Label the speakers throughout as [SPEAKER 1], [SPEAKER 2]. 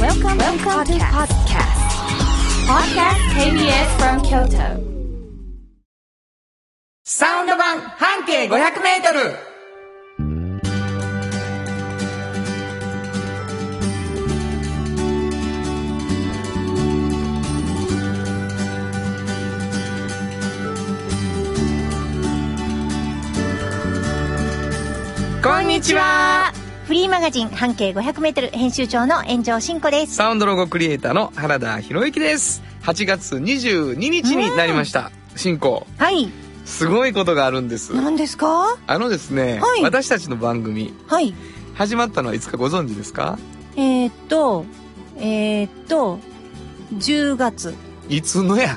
[SPEAKER 1] Welcome, Welcome to podcast. Podcast KBS from Kyoto.
[SPEAKER 2] サウンド版半径500メートルこんにちは
[SPEAKER 3] フリーマガジン半径 500m 編集長の炎上真子です。
[SPEAKER 2] サウンドロゴクリエイターの原田博之です8月22日になりました進行
[SPEAKER 3] はい。
[SPEAKER 2] すごいことがあるんです
[SPEAKER 3] 何ですか
[SPEAKER 2] あのですね、
[SPEAKER 3] はい
[SPEAKER 2] 私たちの番組
[SPEAKER 3] はい。
[SPEAKER 2] 始まったのはいつかご存知ですか
[SPEAKER 3] えー、っと、えー、っと、10月。
[SPEAKER 2] いつの や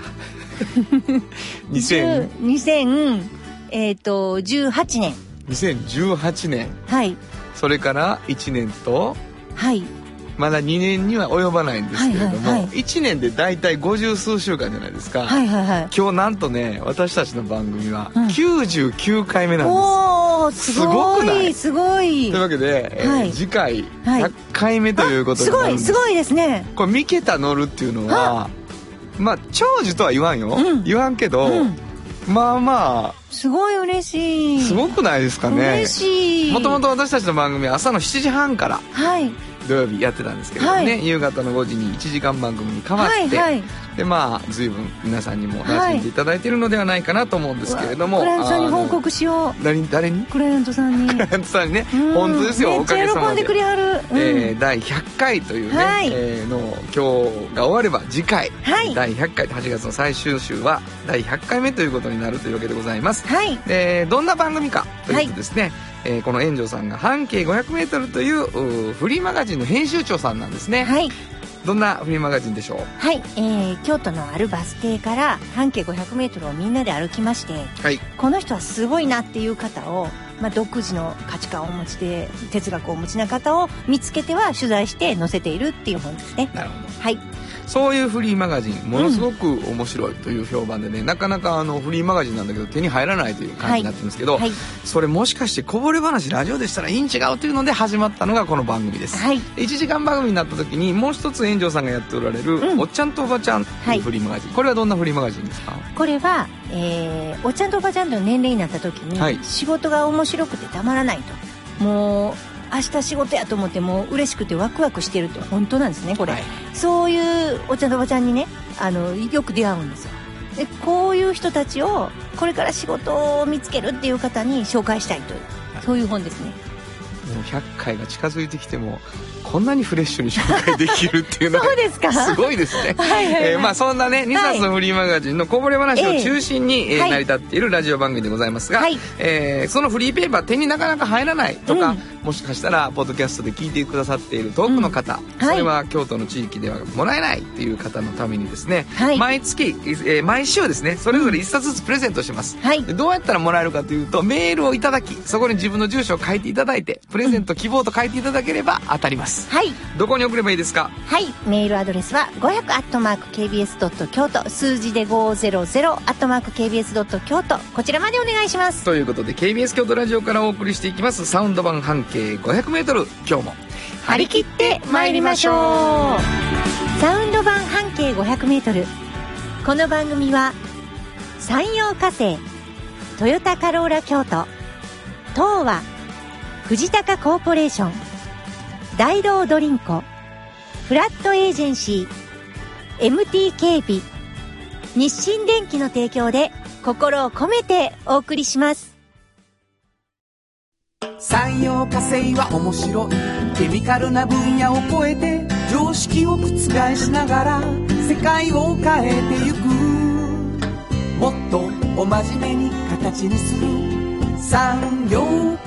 [SPEAKER 2] 2000
[SPEAKER 3] 2000えー、っと、18年。
[SPEAKER 2] 2018年
[SPEAKER 3] はい。
[SPEAKER 2] それから1年と
[SPEAKER 3] はい。
[SPEAKER 2] まだ2年には及ばないんですけれども、
[SPEAKER 3] はいはいは
[SPEAKER 2] 1年で大体50数週間じゃないですか、
[SPEAKER 3] はいはいはい。
[SPEAKER 2] 今日なんとね私たちの番組は
[SPEAKER 3] うん
[SPEAKER 2] 99回目なんです、
[SPEAKER 3] おー、すご
[SPEAKER 2] すごくない
[SPEAKER 3] い、すごい。
[SPEAKER 2] というわけで、えー
[SPEAKER 3] はい
[SPEAKER 2] 次回
[SPEAKER 3] はい
[SPEAKER 2] 100回目ということに
[SPEAKER 3] す
[SPEAKER 2] な
[SPEAKER 3] ご
[SPEAKER 2] るん
[SPEAKER 3] い、
[SPEAKER 2] ですす
[SPEAKER 3] ごいですね。
[SPEAKER 2] これ「三桁乗る」っていうのはまあ長寿とは言わんよ、
[SPEAKER 3] うん
[SPEAKER 2] 言わんけど、
[SPEAKER 3] うん。
[SPEAKER 2] まあま
[SPEAKER 3] すごい嬉しい。
[SPEAKER 2] あすごくないですかね
[SPEAKER 3] 嬉しい。
[SPEAKER 2] もともと私たちの番組は朝の7時半から
[SPEAKER 3] はい。
[SPEAKER 2] 土曜日やってたんですけれどもね、
[SPEAKER 3] はい
[SPEAKER 2] 夕方の5時に1時間番組に変わっ
[SPEAKER 3] はい
[SPEAKER 2] て、
[SPEAKER 3] はい。
[SPEAKER 2] でまあ随分皆さんにも馴染んでいただいているのではないかなと思うんですけれども、
[SPEAKER 3] クライアントさんに
[SPEAKER 2] あの
[SPEAKER 3] 報告しよ
[SPEAKER 2] 誰に誰に
[SPEAKER 3] う。クライアントさんに。
[SPEAKER 2] クライアントさんにね
[SPEAKER 3] うん
[SPEAKER 2] 本当ですよ
[SPEAKER 3] め
[SPEAKER 2] お
[SPEAKER 3] っ
[SPEAKER 2] か
[SPEAKER 3] ち
[SPEAKER 2] げ
[SPEAKER 3] ゃ
[SPEAKER 2] さ
[SPEAKER 3] 喜
[SPEAKER 2] ま
[SPEAKER 3] ん
[SPEAKER 2] で
[SPEAKER 3] でくれはる。うん
[SPEAKER 2] えー第100回というね、
[SPEAKER 3] はい
[SPEAKER 2] えーの今日が終われば次回、
[SPEAKER 3] はい
[SPEAKER 2] 第100回8月の最終週は第100回目ということになるというわけでございます
[SPEAKER 3] はい。
[SPEAKER 2] えーどんな番組かというとですね、えーこの炎上さんが半径 500m といううーフリーマガジンの編集長さんなんですね、
[SPEAKER 3] はい。
[SPEAKER 2] どんなフリーマガジンでしょう
[SPEAKER 3] はい。えー、京都のあるバス停から半径500メートルをみんなで歩きまして、
[SPEAKER 2] はい
[SPEAKER 3] この人はすごいなっていう方を、まあ、独自の価値観をお持ちで、哲学をお持ちな方を見つけては取材して載せているっていう本ですね。
[SPEAKER 2] なるほど
[SPEAKER 3] はい。
[SPEAKER 2] そういうフリーマガジンものすごく面白いという評判でね、なかなかあのフリーマガジンなんだけど手に入らないという感じになってるんですけど、
[SPEAKER 3] はい。
[SPEAKER 2] それもしかしてこぼれ話ラジオでしたらいいん違うというので始まったのがこの番組です、
[SPEAKER 3] はい。
[SPEAKER 2] 1時間番組になった時にもう一つ炎上さんがやっておられる「
[SPEAKER 3] うん
[SPEAKER 2] おっちゃんとおばちゃん」と
[SPEAKER 3] は
[SPEAKER 2] いう
[SPEAKER 3] い
[SPEAKER 2] フリーマガジン、これはどんなフリーマガジンですか
[SPEAKER 3] これは、えー、おっちゃんとおばちゃんとの年齢になった時に、
[SPEAKER 2] はい
[SPEAKER 3] 仕事が面白くてたまらないと。もう、明日仕事やと思ってもう嬉しくてワクワクしてるって本当なんですね、これ。
[SPEAKER 2] はい
[SPEAKER 3] そういうおっちゃんとおばちゃんにね、あの、よく出会うんですよ。で、こういう人たちを、これから仕事を見つけるっていう方に紹介したいという、そういう本ですね。
[SPEAKER 2] もう100回が近づいてきてもこんなにフレッシュに紹介できるっていうの
[SPEAKER 3] そうですか
[SPEAKER 2] がすごいですね
[SPEAKER 3] はいはいはい
[SPEAKER 2] えーまあそんなね2冊のフリーマガジンのこぼれ話を中心に、
[SPEAKER 3] え
[SPEAKER 2] えー
[SPEAKER 3] はい
[SPEAKER 2] 成り立っているラジオ番組でございますが、
[SPEAKER 3] はい
[SPEAKER 2] えーそのフリーペーパー手になかなか入らないとか、
[SPEAKER 3] うん
[SPEAKER 2] もしかしたらポッドキャストで聞いてくださっている遠くの方、
[SPEAKER 3] うんはい
[SPEAKER 2] それは京都の地域ではもらえないっていう方のためにですね、
[SPEAKER 3] はい
[SPEAKER 2] 毎月、えー毎週ですねそれぞれ1冊ずつプレゼントしてます、
[SPEAKER 3] はい
[SPEAKER 2] でどうやったらもらえるかというとメールをいただきそこに自分の住所を書いていただいてプレゼント希望と書いていただければ当たります
[SPEAKER 3] はい。
[SPEAKER 2] どこに送ればいいですか
[SPEAKER 3] はい。メールアドレスは5 0 0 k b s k y o t 数字で5 0 0 k b s k y o t こちらまでお願いします。
[SPEAKER 2] ということで KBS 京都ラジオからお送りしていきますサウンド版半径 500m 今日も
[SPEAKER 3] 張り切って参りましょうサウンド版半径 500m この番組は山陽火星トヨタカローラ京都東和藤高コーポレーション大道ドリンコフラットエージェンシー MT 警備日清電機の提供で心を込めてお送りします
[SPEAKER 4] 産業化成は面白いケミカルな分野を超えて常識を覆しながら世界を変えてゆくもっとお真面目に形にする産業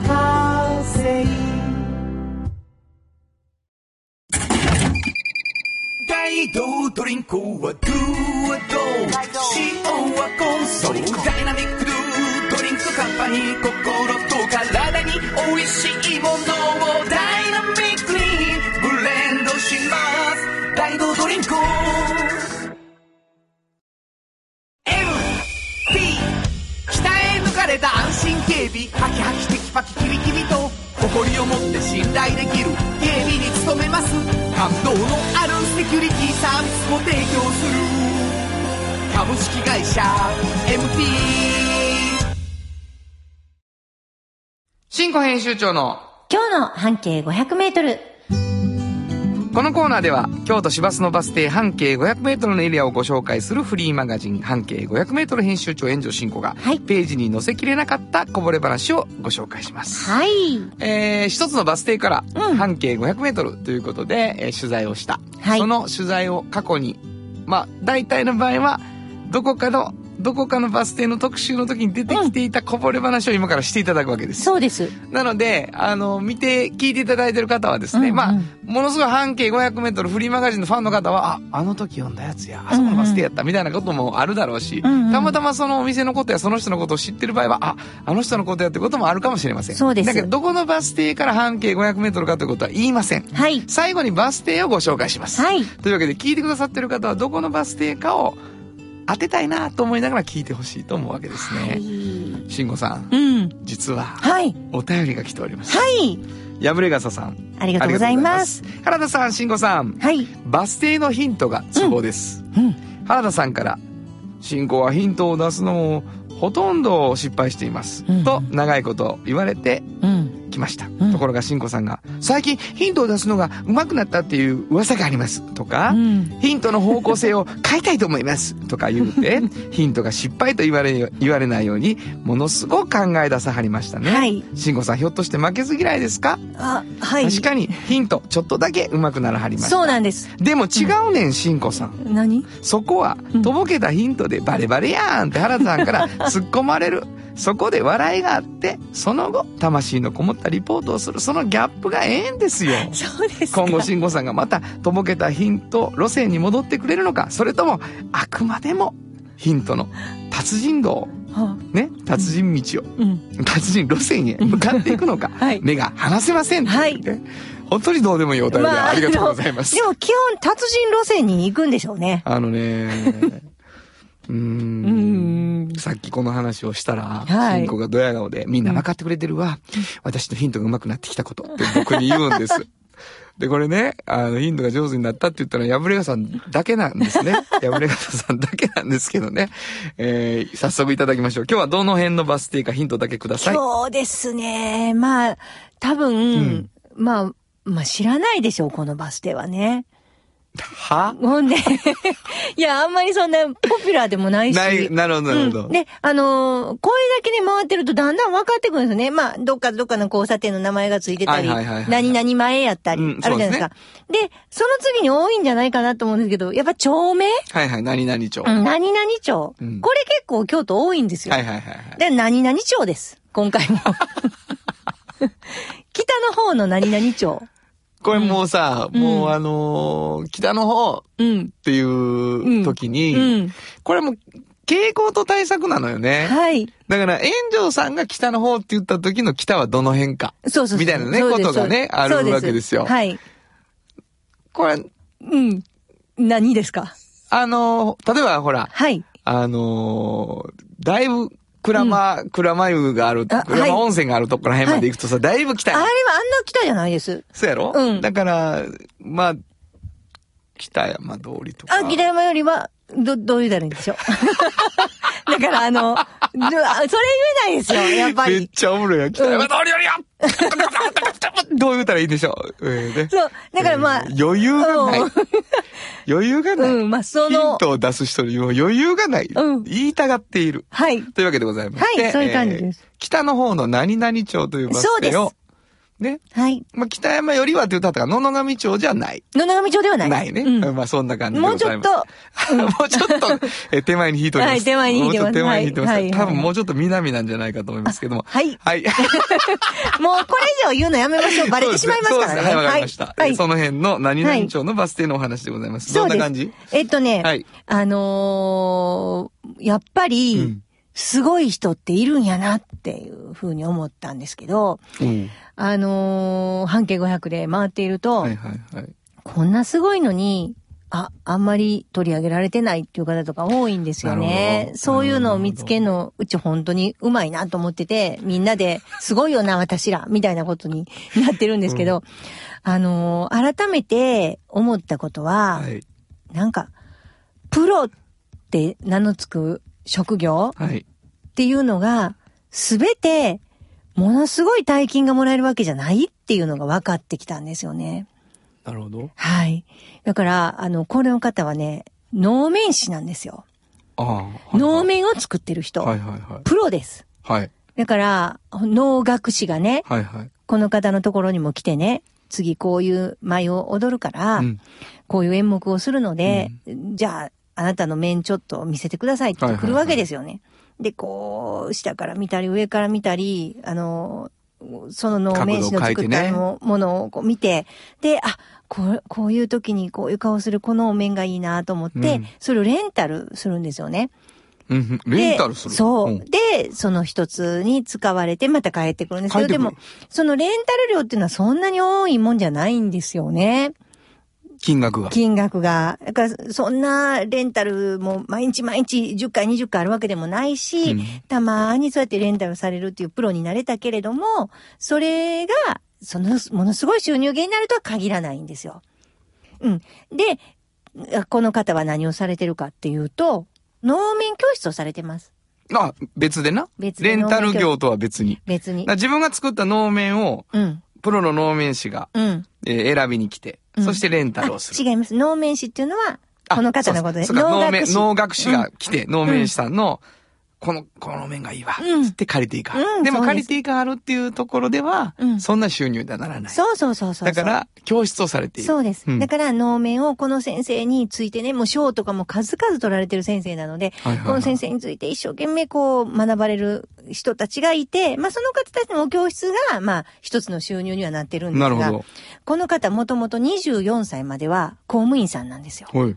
[SPEAKER 4] 化成大道ドリンクはドゥはドー塩はコンソールダイナミックドゥドリンクカンパニー心と体に美味しいものをダイナミックにブレンドします大道ドリンク MT 鍛え抜かれた安心警備ハキハキテキパキキビキビと誇りを持って信頼できる警備に努めます感動のあるンセキュリティサービスも提供する株式会社 MT
[SPEAKER 2] 新庫編集長の
[SPEAKER 3] 今日の半径500メートル。
[SPEAKER 2] このコーナーでは京都市バスのバス停半径 500m のエリアをご紹介するフリーマガジン半径 500m 編集長炎上進行が、
[SPEAKER 3] はい
[SPEAKER 2] ページに載せきれなかったこぼれ話をご紹介します。
[SPEAKER 3] はい。
[SPEAKER 2] えー一つのバス停から
[SPEAKER 3] うん
[SPEAKER 2] 半径 500m ということで、えー取材をした、
[SPEAKER 3] はい
[SPEAKER 2] その取材を過去にまあ大体の場合はどこかのどこかのバス停の特集の時に出てきていたこぼれ話を今からしていただくわけです。
[SPEAKER 3] そうです。
[SPEAKER 2] なので、あの、見て、聞いていただいてる方はです
[SPEAKER 3] うん
[SPEAKER 2] ね、
[SPEAKER 3] うん
[SPEAKER 2] まあ、ものすごい半径500メートルフリーマガジンのファンの方は、あ、あの時読んだやつや、あそこのバス停やった、みたいなこともあるだろうし、
[SPEAKER 3] うんうん
[SPEAKER 2] たまたまそのお店のことやその人のことを知ってる場合は、あ、あの人のことやってこともあるかもしれません。
[SPEAKER 3] そうです
[SPEAKER 2] だけど、どこのバス停から半径500メートルかということは言いません。
[SPEAKER 3] はい。
[SPEAKER 2] 最後にバス停をご紹介します。
[SPEAKER 3] はい。
[SPEAKER 2] というわけで、聞いてくださってる方は、どこのバス停かを当てたいなと思いながら聞いてほしいと思うわけです
[SPEAKER 3] は
[SPEAKER 2] ね。
[SPEAKER 3] い
[SPEAKER 2] 慎吾さん、
[SPEAKER 3] うん。
[SPEAKER 2] 実は、
[SPEAKER 3] はい。
[SPEAKER 2] お便りが来ております。
[SPEAKER 3] はい。
[SPEAKER 2] やぶれ傘さん。
[SPEAKER 3] ありがとうございます。
[SPEAKER 2] ありがとうございます。原田さん、慎吾さん。
[SPEAKER 3] はい。
[SPEAKER 2] バス停のヒントがツボです。
[SPEAKER 3] うん。
[SPEAKER 2] 原田さんから、慎吾はヒントを出すのもほとんど失敗しています。
[SPEAKER 3] うん
[SPEAKER 2] と、長いこと言われて
[SPEAKER 3] うん。
[SPEAKER 2] きました。
[SPEAKER 3] ん
[SPEAKER 2] ところが慎吾さんが、最近ヒントを出すのが上手くなったっていう噂があります。とか、
[SPEAKER 3] うん。
[SPEAKER 2] ヒントの方向性を変えたいと思いますとか言うて、ヒントが失敗と言われ、言われないように、ものすごく考え出さはりましたね。
[SPEAKER 3] はい。
[SPEAKER 2] 慎吾さん、ひょっとして負けず嫌いですか
[SPEAKER 3] あ、はい。
[SPEAKER 2] 確かにヒントちょっとだけうまくならはりました
[SPEAKER 3] そうなんです。
[SPEAKER 2] でも違うねんしんこさん
[SPEAKER 3] 何
[SPEAKER 2] そこは
[SPEAKER 3] うん
[SPEAKER 2] とぼけたヒントでバレバレやんって原田さ んから突っ込まれるそこで笑いがあってその後魂のこもったリポートをするそのギャップがええんです よ
[SPEAKER 3] そうですか。
[SPEAKER 2] 今後しんごさんがまたとぼけたヒント路線に戻ってくれるのかそれともあくまでもヒントの達人道を
[SPEAKER 3] は
[SPEAKER 2] ね達人道
[SPEAKER 3] あ
[SPEAKER 2] を
[SPEAKER 3] うん。
[SPEAKER 2] 達人路線へ向かっていくのか、
[SPEAKER 3] はい
[SPEAKER 2] 目が離せませんと
[SPEAKER 3] はい
[SPEAKER 2] ね本当にどうでもいいお便りで、
[SPEAKER 3] まあ
[SPEAKER 2] ありがとうございます
[SPEAKER 3] で。も基本、達人路線に行くんでしょうね。
[SPEAKER 2] あのね、うー。
[SPEAKER 3] うんん。
[SPEAKER 2] さっきこの話をしたら、
[SPEAKER 3] はい
[SPEAKER 2] シンコがドヤ顔で、みんな分かってくれてるわ。私のヒントが上手くなってきたことって僕に言うん です。で、これね、あの、ヒントが上手になったって言ったのは、破れ傘さんだけなんで すね。破れ傘さんだけなんですけどね。えー、早速いただきましょう。今日はどの辺のバス停かヒントだけください。
[SPEAKER 3] 今日ですね。まあ、多分、
[SPEAKER 2] ん
[SPEAKER 3] まあ、まあ知らないでしょう、このバス停はね。
[SPEAKER 2] は
[SPEAKER 3] ほんで、 いや、あんまりそんなポピュラーでもないし。
[SPEAKER 2] ない、なるほど、なるほど。
[SPEAKER 3] うんで、あのーこれだけね、回ってるとだんだん分かってくるんですよね。まあ、どっかどっかの交差点の名前がついてたり、
[SPEAKER 2] はいはいはいはい
[SPEAKER 3] 何々前やったり、
[SPEAKER 2] うん
[SPEAKER 3] あるじゃないですか。でその次に多いんじゃないかなと思うんですけど、やっぱ町名、
[SPEAKER 2] はいはい、何々町。
[SPEAKER 3] うん、何々町、
[SPEAKER 2] うん
[SPEAKER 3] これ結構京都多いんですよ。
[SPEAKER 2] はいはいはいはい。
[SPEAKER 3] で、何々町です。今 回も。北の方の何々町。
[SPEAKER 2] これもうさ、
[SPEAKER 3] うん
[SPEAKER 2] もうあのー北の方っ
[SPEAKER 3] うん。
[SPEAKER 2] ていう時に、
[SPEAKER 3] うん。
[SPEAKER 2] これも傾向と対策なのよね。
[SPEAKER 3] はい。
[SPEAKER 2] だから、炎上さんが北の方って言った時の北はどの辺か。
[SPEAKER 3] そうそうそう
[SPEAKER 2] みたいなね
[SPEAKER 3] そうです
[SPEAKER 2] ことがね
[SPEAKER 3] そう
[SPEAKER 2] あるわけですよ
[SPEAKER 3] はい。
[SPEAKER 2] これ、
[SPEAKER 3] うん。何ですか
[SPEAKER 2] あのー例えばほら、
[SPEAKER 3] はい。
[SPEAKER 2] あのーだいぶ、鞍馬、鞍馬湯がある、
[SPEAKER 3] あ
[SPEAKER 2] 鞍馬温泉があるとこら辺まで行くとさ、だいぶ北
[SPEAKER 3] あれ
[SPEAKER 2] やん
[SPEAKER 3] はあんな北じゃないです。
[SPEAKER 2] そうやろ
[SPEAKER 3] うん
[SPEAKER 2] だから、まあ、北山通りとか。
[SPEAKER 3] あ、北山よりは、ど、どういうだろうでしょう。だ から、あの、どあそれ言えないですよ、やっぱ
[SPEAKER 2] めっ
[SPEAKER 3] り。
[SPEAKER 2] ちゃおもろいやん。北山通りよりやどう言うたらいいんでしょう。えーね
[SPEAKER 3] そう。だからまあ、
[SPEAKER 2] えー余裕がない。余裕がない。
[SPEAKER 3] うん、まあ、そ
[SPEAKER 2] ヒン
[SPEAKER 3] の、
[SPEAKER 2] トを出す人にも余裕がない、
[SPEAKER 3] うん
[SPEAKER 2] 言いたがっている。
[SPEAKER 3] はい。
[SPEAKER 2] というわけでございま
[SPEAKER 3] はい
[SPEAKER 2] して。
[SPEAKER 3] そういう感じです
[SPEAKER 2] 北の方の何々町というバス停
[SPEAKER 3] そう
[SPEAKER 2] を、ね。
[SPEAKER 3] はい。
[SPEAKER 2] まあ、北山よりはって言ったから、野々上町じゃない。
[SPEAKER 3] 野々上町ではな。
[SPEAKER 2] ないいね。
[SPEAKER 3] うん
[SPEAKER 2] まあ、そんな感じで
[SPEAKER 3] も
[SPEAKER 2] ご
[SPEAKER 3] うち
[SPEAKER 2] ざい
[SPEAKER 3] ょっ
[SPEAKER 2] ます。
[SPEAKER 3] と、
[SPEAKER 2] もうちょっと、えー手前に引いております。
[SPEAKER 3] はい手前に引いてます
[SPEAKER 2] もうちょっと手前に引いてます。
[SPEAKER 3] はいはい
[SPEAKER 2] 多分もうちょっと南なんじゃないかと思いますけども。
[SPEAKER 3] はい。
[SPEAKER 2] はい。
[SPEAKER 3] もうこれ以上言うのやめましょう。 バレてしまいますからね。
[SPEAKER 2] そうですはい、わかりました。
[SPEAKER 3] はい
[SPEAKER 2] えー。その辺の何々町のバス停のお話でございます。
[SPEAKER 3] そう
[SPEAKER 2] どん
[SPEAKER 3] です
[SPEAKER 2] な感じ
[SPEAKER 3] えっとね、
[SPEAKER 2] はい
[SPEAKER 3] あのーやっぱ
[SPEAKER 2] う
[SPEAKER 3] り
[SPEAKER 2] ん、
[SPEAKER 3] すごい人っているんやなっていうふうに思ったんですけど、
[SPEAKER 2] うん。
[SPEAKER 3] あのー半径500で回っていると、
[SPEAKER 2] はいはいはい。
[SPEAKER 3] こんなすごいのに、あ、あんまり取り上げられてないっていう方とか多いんですよ
[SPEAKER 2] なる
[SPEAKER 3] ね
[SPEAKER 2] ほ。ど
[SPEAKER 3] そういうのを見つけるの、うち本当にうまいなと思ってて、みんなで、すごいよな、私ら、みたいなことになってるんですけど、あのー改めて思ったことは、
[SPEAKER 2] はい。
[SPEAKER 3] なんか、プロって名のつく職業
[SPEAKER 2] はい。
[SPEAKER 3] っていうのが、すべて、ものすごい大金がもらえるわけじゃないっていうのが分かってきたんですよね。
[SPEAKER 2] なるほど。
[SPEAKER 3] はい。だから、あの、これの方はね、能面師なんですよ。
[SPEAKER 2] ああ。はい
[SPEAKER 3] 能面を作ってる人。
[SPEAKER 2] はいはいはい。
[SPEAKER 3] プロです。
[SPEAKER 2] はい。
[SPEAKER 3] だから、能楽師がね、
[SPEAKER 2] はいはい。
[SPEAKER 3] この方のところにも来てね、次こういう舞を踊るから、
[SPEAKER 2] うん。
[SPEAKER 3] こういう演目をするので、じゃあ、あなたの面ちょっと見せてくださいって来るわけですよね。で、こう、下から見たり、上から見たり、あの、その能面師の作った
[SPEAKER 2] 角度
[SPEAKER 3] ものをこう見て、で、あ、こう、こういう時にこういう顔するこのお面がいいなと思って、
[SPEAKER 2] うん
[SPEAKER 3] それをレンタルするんですよね。
[SPEAKER 2] うんうん。レンタルする。
[SPEAKER 3] でそう。
[SPEAKER 2] ん
[SPEAKER 3] で、その一つに使われて、また帰ってくるんですけ
[SPEAKER 2] 帰
[SPEAKER 3] ど、
[SPEAKER 2] って
[SPEAKER 3] で
[SPEAKER 2] くる
[SPEAKER 3] も、そのレンタル料っていうのはそんなに多いもんじゃないんですよね。
[SPEAKER 2] 金額が。
[SPEAKER 3] 金額が。だから、そんなレンタルも毎日毎日10回20回あるわけでもないし、
[SPEAKER 2] うん
[SPEAKER 3] たまにそうやってレンタルされるっていうプロになれたけれども、それが、その、ものすごい収入源になるとは限らないんですよ。うん。で、この方は何をされてるかっていうと、能面教室をされてます。
[SPEAKER 2] あ、別でな。
[SPEAKER 3] 別
[SPEAKER 2] レ
[SPEAKER 3] で
[SPEAKER 2] ン
[SPEAKER 3] 能面
[SPEAKER 2] タル業とは別に。
[SPEAKER 3] 別に
[SPEAKER 2] だから。自分が作った能面を、
[SPEAKER 3] うん。
[SPEAKER 2] プロの能面師が、
[SPEAKER 3] うん。
[SPEAKER 2] えー選びに来て、
[SPEAKER 3] うん
[SPEAKER 2] そしてレンタル
[SPEAKER 3] あ
[SPEAKER 2] をする。
[SPEAKER 3] 違います。能面師っていうのは、
[SPEAKER 2] あ
[SPEAKER 3] この方のことで。
[SPEAKER 2] そうかそうか能面、
[SPEAKER 3] 師
[SPEAKER 2] 能学師が来て、能面師さんの、この、この面がいいわ。
[SPEAKER 3] うん
[SPEAKER 2] つって借りていいか
[SPEAKER 3] う。ん
[SPEAKER 2] でも
[SPEAKER 3] そうです
[SPEAKER 2] 借りていいかあるっていうところでは
[SPEAKER 3] う、ん
[SPEAKER 2] そんな収入にはならない。
[SPEAKER 3] そうそうそうそうそう。
[SPEAKER 2] だから、教室をされている。
[SPEAKER 3] そうです。
[SPEAKER 2] ん
[SPEAKER 3] だから、能面をこの先生についてね、もう賞とかも数々取られてる先生なので、
[SPEAKER 2] はいはいはい
[SPEAKER 3] この先生について一生懸命こう、学ばれる人たちがいて、まあ、その方たちのお教室が、まあ、一つの収入にはなってるんです
[SPEAKER 2] な
[SPEAKER 3] が、
[SPEAKER 2] るほ
[SPEAKER 3] この方もともと24歳までは公務員さんなんですよ。
[SPEAKER 2] ど。はい。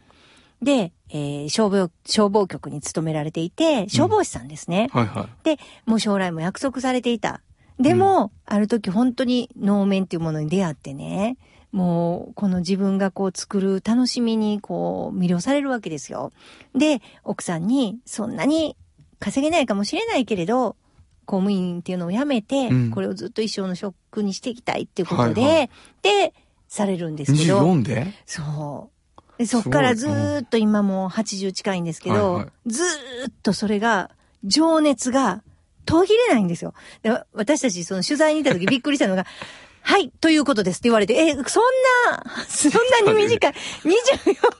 [SPEAKER 3] で、えー消防、消防局に勤められていて、消防士さんですね。
[SPEAKER 2] はいは
[SPEAKER 3] で、もう将来も約束されていた。でも、ある時本当に能面っていうものに出会ってね、もう、この自分がこう作る楽しみにこう魅了されるわけですよ。で、奥さんに、そんなに稼げないかもしれないけれど、公務員っていうのを辞めて、
[SPEAKER 2] うん
[SPEAKER 3] これをずっと一生の職にしていきたいっていうことで、
[SPEAKER 2] はいは
[SPEAKER 3] で、されるんで
[SPEAKER 2] い。
[SPEAKER 3] すけど。
[SPEAKER 2] 24で
[SPEAKER 3] そう。でそっからずーっと今もう80近いんですけど、
[SPEAKER 2] はいは
[SPEAKER 3] ずーっとそれが、情熱が途切れないんですよ。で私たちその取材に行った 時びっくりしたのが、はい、ということですって言われて、え、そんな、そんなに短い、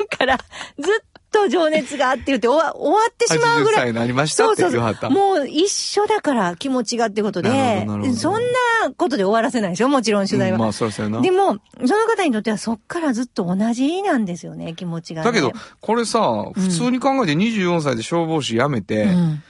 [SPEAKER 3] 24からずっと情熱があって言って終わ終わってしまうぐら
[SPEAKER 2] ?80
[SPEAKER 3] い
[SPEAKER 2] 歳になりました
[SPEAKER 3] そう
[SPEAKER 2] って
[SPEAKER 3] そう
[SPEAKER 2] 言わ
[SPEAKER 3] そ
[SPEAKER 2] はった。
[SPEAKER 3] う。もう一緒だから気持ちがってこと
[SPEAKER 2] なる
[SPEAKER 3] で
[SPEAKER 2] ほどなるほ、ど
[SPEAKER 3] そんなことで終わらせないでしょもちろん取材は。
[SPEAKER 2] うんまあ、そうですよな。
[SPEAKER 3] でも、その方にとってはそっからずっと同じなんですよね、気持ちが、ね。
[SPEAKER 2] だけど、これさ、普通に考えて24歳で消防士辞めて、
[SPEAKER 3] うん。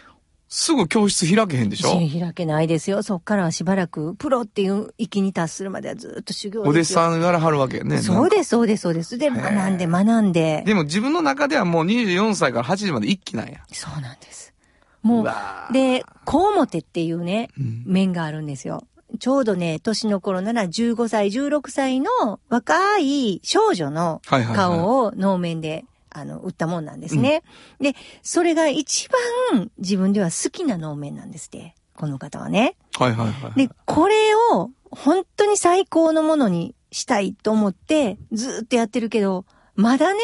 [SPEAKER 2] すぐ教室開けへんでしょ
[SPEAKER 3] 口開けないですよ。そっからはしばらく、プロっていう域に達するまではずっと修行ですよ。
[SPEAKER 2] お弟子さんやらはるわけやね。
[SPEAKER 3] そう
[SPEAKER 2] す。
[SPEAKER 3] です、そうです、そうです。で、学んで、学んで。
[SPEAKER 2] でも自分の中ではもう24歳から80まで一気なんや。
[SPEAKER 3] そうなんです。も
[SPEAKER 2] う
[SPEAKER 3] う
[SPEAKER 2] わ、ー
[SPEAKER 3] で、小表っていうね、
[SPEAKER 2] うん
[SPEAKER 3] 面があるんですよ。ちょうどね、年の頃なら15歳、16歳の若い少女の
[SPEAKER 2] はいはいはい
[SPEAKER 3] 顔を能面で、あの、売ったもんなんですね。で、それが一番自分では好きな能面なんですって、この方はね。
[SPEAKER 2] はいはいはい。
[SPEAKER 3] で、これを本当に最高のものにしたいと思って、ずーっとやってるけど、まだね、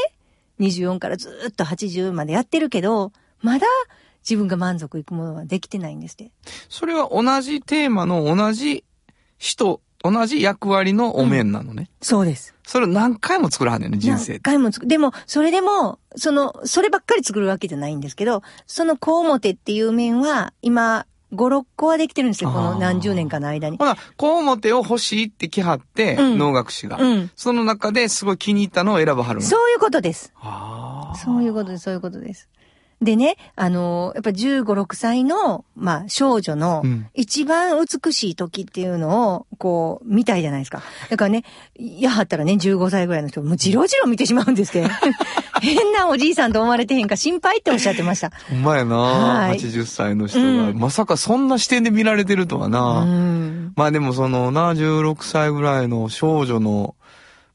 [SPEAKER 3] 24からずーっと80までやってるけど、まだ自分が満足いくものはできてないんですって。
[SPEAKER 2] それは同じテーマの同じ人、同じ役割のお面なのね。
[SPEAKER 3] そうです。
[SPEAKER 2] それを何回も作らはんねんね、人生
[SPEAKER 3] 何
[SPEAKER 2] って。
[SPEAKER 3] 回も作でも、それでも、その、そればっかり作るわけじゃないんですけど、その小表っていう面は、今、5、6個はできてるんですよ、
[SPEAKER 2] あー
[SPEAKER 3] この何十年かの間に
[SPEAKER 2] ほ。ら、小表を欲しいって来はって、
[SPEAKER 3] うん
[SPEAKER 2] 能楽師が、
[SPEAKER 3] うん
[SPEAKER 2] その中ですごい気に入ったのを選ばはるの。
[SPEAKER 3] そういうことです。
[SPEAKER 2] あー
[SPEAKER 3] そういうことです、そういうことです。でね、あのーやっぱ15、6歳の、まあ、少女の
[SPEAKER 2] うん
[SPEAKER 3] 一番美しい時っていうのを、こう、見たいじゃないですか。だからね、やはったらね、15歳ぐらいの人、もうじろじろ見てし まうんですけど、変なおじいさんと思われてへんか心配っておっしゃってました。
[SPEAKER 2] ほんまやな
[SPEAKER 3] はい
[SPEAKER 2] 80歳の人が、
[SPEAKER 3] うん
[SPEAKER 2] まさかそんな視点で見られてるとはな、
[SPEAKER 3] うん。
[SPEAKER 2] まあでもその76歳ぐらいの少女の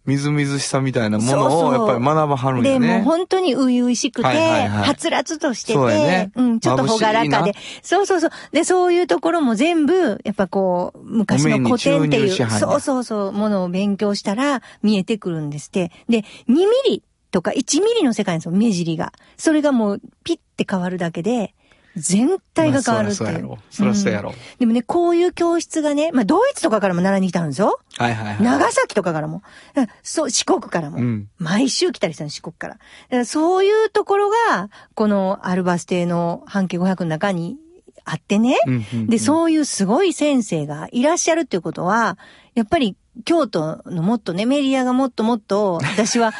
[SPEAKER 2] みずみずしさみたいなものをやっぱり学ばはるん
[SPEAKER 3] で、
[SPEAKER 2] や
[SPEAKER 3] もう
[SPEAKER 2] ね。
[SPEAKER 3] 本当に初々しくて、
[SPEAKER 2] はいはいはい
[SPEAKER 3] はつらつとしてて、
[SPEAKER 2] そうやね
[SPEAKER 3] うん、ちょっとほがらか
[SPEAKER 2] 眩しい
[SPEAKER 3] で。そうそうそう。で、そういうところも全部、やっぱこう、昔の古典って
[SPEAKER 2] お面
[SPEAKER 3] い
[SPEAKER 2] に注入し
[SPEAKER 3] う、
[SPEAKER 2] はんね
[SPEAKER 3] そうそうそう、ものを勉強したら見えてくるんですって。で、2ミリとか1ミリの世界なんですよ、目尻が。それがもう、ピッて変わるだけで、全体が変わるってい
[SPEAKER 2] まあそらそうや
[SPEAKER 3] う
[SPEAKER 2] ろ。。そらそうや
[SPEAKER 3] うん
[SPEAKER 2] ろ。
[SPEAKER 3] でもね、こういう教室がね、まあ、ドイツとかからも習いに来たんですよ。
[SPEAKER 2] はいはいはい。
[SPEAKER 3] 長崎とかからも。うんそう、四国からも。
[SPEAKER 2] うん
[SPEAKER 3] 毎週来たりしたの、四国から。だからそういうところが、このアルバス停の半径500の中にあってね。
[SPEAKER 2] うんうんうん
[SPEAKER 3] で、そういうすごい先生がいらっしゃるっていうことは、やっぱり京都のもっとね、メディアがもっともっと、私 は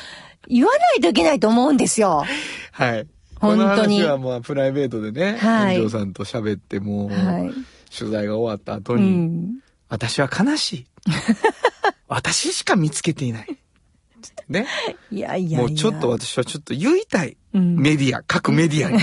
[SPEAKER 3] 言わないといけないと思うんですよ。
[SPEAKER 2] はい。
[SPEAKER 3] 本当に
[SPEAKER 2] この話はまあプライベートでね、
[SPEAKER 3] はい
[SPEAKER 2] 園長さんと喋ってもう、
[SPEAKER 3] はい。
[SPEAKER 2] 取材が終わった後
[SPEAKER 3] う
[SPEAKER 2] に、
[SPEAKER 3] ん。
[SPEAKER 2] 私は悲 しい。私しか見つけていない。つってね。
[SPEAKER 3] いやいやいや。
[SPEAKER 2] もうちょっと、私はちょっと言いたい。
[SPEAKER 3] うん、
[SPEAKER 2] メディア、各メディアに。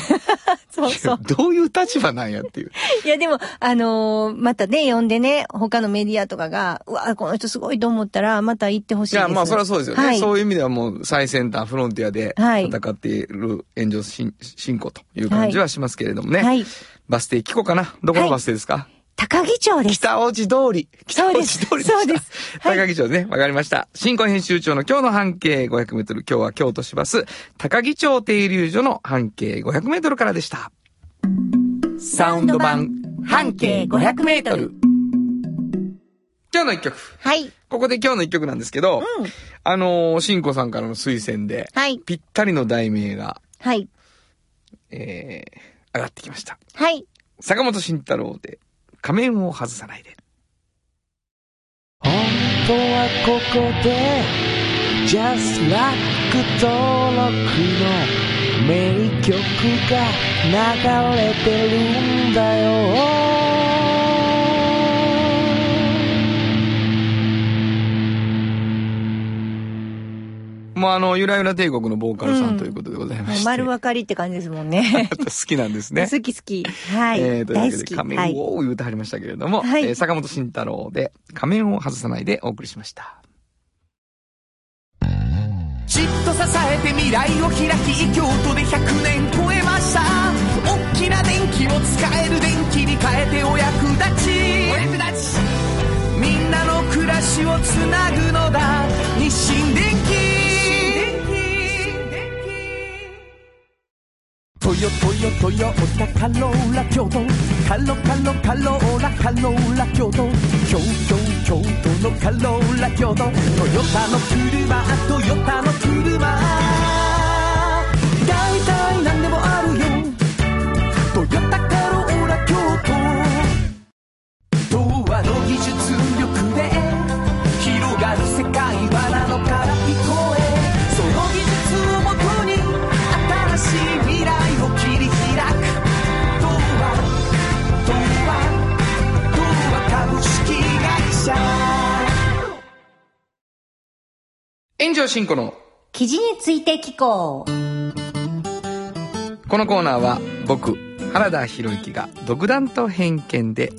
[SPEAKER 3] そう そう。
[SPEAKER 2] どういう立場なんやっていう。
[SPEAKER 3] いや、でも、あのーまたね、呼んでね、他のメディアとかが、うわ、この人すごいと思ったら、また行ってほしい
[SPEAKER 2] い
[SPEAKER 3] です。
[SPEAKER 2] や、まあ、それはそうですよね。
[SPEAKER 3] はい。
[SPEAKER 2] そういう意味ではもう、最先端、フロンティアで
[SPEAKER 3] はい
[SPEAKER 2] 戦っている援助進進行という感じはしますけれどもね。
[SPEAKER 3] はい。
[SPEAKER 2] バス停聞こうかな。どこ
[SPEAKER 3] は
[SPEAKER 2] の
[SPEAKER 3] い
[SPEAKER 2] バス停ですか、
[SPEAKER 3] 高木町です。
[SPEAKER 2] 北大路通り。北
[SPEAKER 3] そう
[SPEAKER 2] 大
[SPEAKER 3] で
[SPEAKER 2] 路
[SPEAKER 3] す
[SPEAKER 2] 通りでした。
[SPEAKER 3] そうですはい
[SPEAKER 2] 高木町ですね。わかりました。新婚編集長の今日の半径500メートル。今日は京都市バス、高木町停留所の半径500メートルからでした。サウンド版、半径500メートル。今日の一曲。
[SPEAKER 3] はい。
[SPEAKER 2] ここで今日の一曲なんですけど、
[SPEAKER 3] うん。
[SPEAKER 2] あのー、しんこさんからの推薦で、
[SPEAKER 3] はい。
[SPEAKER 2] ぴったりの題名が、
[SPEAKER 3] はい。
[SPEAKER 2] えー、上がってきました。
[SPEAKER 3] はい。
[SPEAKER 2] 坂本慎太郎で、仮面を外さないで。
[SPEAKER 4] 本当はここで Just Rock 登録の名曲が流れてるんだよ
[SPEAKER 2] もうあの、ゆらゆら帝国のボーカルさんということでございま
[SPEAKER 3] も
[SPEAKER 2] し
[SPEAKER 3] う
[SPEAKER 2] て。
[SPEAKER 3] 丸
[SPEAKER 2] 。
[SPEAKER 3] 分かりって感じですもんね
[SPEAKER 2] 好きなんですね。
[SPEAKER 3] 好き好き。はい。
[SPEAKER 2] えーというわ
[SPEAKER 3] 大
[SPEAKER 2] け
[SPEAKER 3] 好
[SPEAKER 2] で、
[SPEAKER 3] き。
[SPEAKER 2] 仮
[SPEAKER 3] は
[SPEAKER 2] 面
[SPEAKER 3] い。
[SPEAKER 2] を言うてはりましたけれども、
[SPEAKER 3] はい
[SPEAKER 2] えー坂本慎太郎で仮面を外さないでお送りしました。
[SPEAKER 4] じっと支えて未来を開き京都で100年超えました大きな電気を使える電気に変えてお役立ちお役立ちみんなの暮らしをつなぐのだ日清電気トヨトヨトヨタカローラ京都カロカロカローラカローラ京都京都京都のカローラ京都トヨタの車トヨタの車大体何でもあるよトヨタカローラ京都童話の技術力で広がる世界はなのから聞こえその技術をもとに新しい未来を切り開く童話童話童話株式会社
[SPEAKER 2] 炎上進行の
[SPEAKER 3] 記事について聞こう。
[SPEAKER 2] このコーナーは僕原田博之が独断と偏見で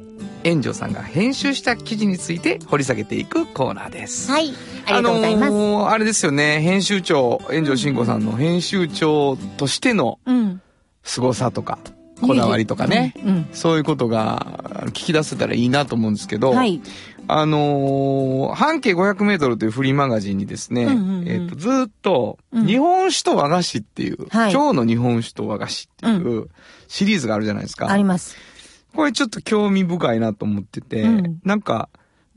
[SPEAKER 2] 炎上さんが編集した記事について掘り下げていくコーナーです。
[SPEAKER 3] はい。ありがとうございます。
[SPEAKER 2] あのーあれですよね編集長炎上慎吾さんの編集長としての
[SPEAKER 3] うん。
[SPEAKER 2] 凄さとかこだわりとかね、
[SPEAKER 3] うん。うん
[SPEAKER 2] そういうことがあの聞き出せたらいいなと思うんですけど、
[SPEAKER 3] はい。
[SPEAKER 2] あのー半径500メートルというフリーマガジンにですね、
[SPEAKER 3] うんうんうん
[SPEAKER 2] えっとずーっと、
[SPEAKER 3] うん
[SPEAKER 2] 日本酒と和菓子っていう、
[SPEAKER 3] はい
[SPEAKER 2] 今日の日本酒と和菓子っていうシリーズがあるじゃないですか。
[SPEAKER 3] あります。
[SPEAKER 2] これちょっと興味深いなと思ってて、
[SPEAKER 3] うん
[SPEAKER 2] なんか、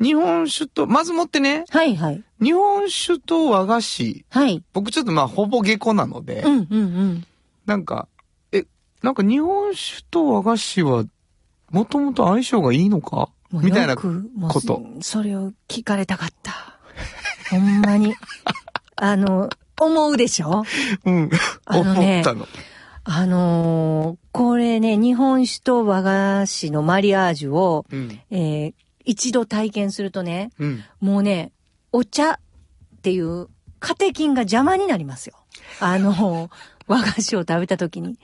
[SPEAKER 2] 日本酒と、まずもってね、
[SPEAKER 3] はいはい。
[SPEAKER 2] 日本酒と和菓子、
[SPEAKER 3] はい。
[SPEAKER 2] 僕ちょっとまあほぼ下戸なので、
[SPEAKER 3] うんうんうん。
[SPEAKER 2] なんか、え、なんか日本酒と和菓子は、もともと相性がいいのか
[SPEAKER 3] もう
[SPEAKER 2] みたいな
[SPEAKER 3] よくもう
[SPEAKER 2] こと
[SPEAKER 3] それを聞かれたかった。ほんま に。あの、思うでしょ
[SPEAKER 2] うん。
[SPEAKER 3] あの
[SPEAKER 2] 思
[SPEAKER 3] ね
[SPEAKER 2] ったの。
[SPEAKER 3] あのーこれね、日本酒と和菓子のマリアージュを、
[SPEAKER 2] うん。
[SPEAKER 3] えー一度体験するとね、
[SPEAKER 2] うん。
[SPEAKER 3] もうね、お茶っていうカテキンが邪魔になりますよ。あの、和菓子を食べた時に。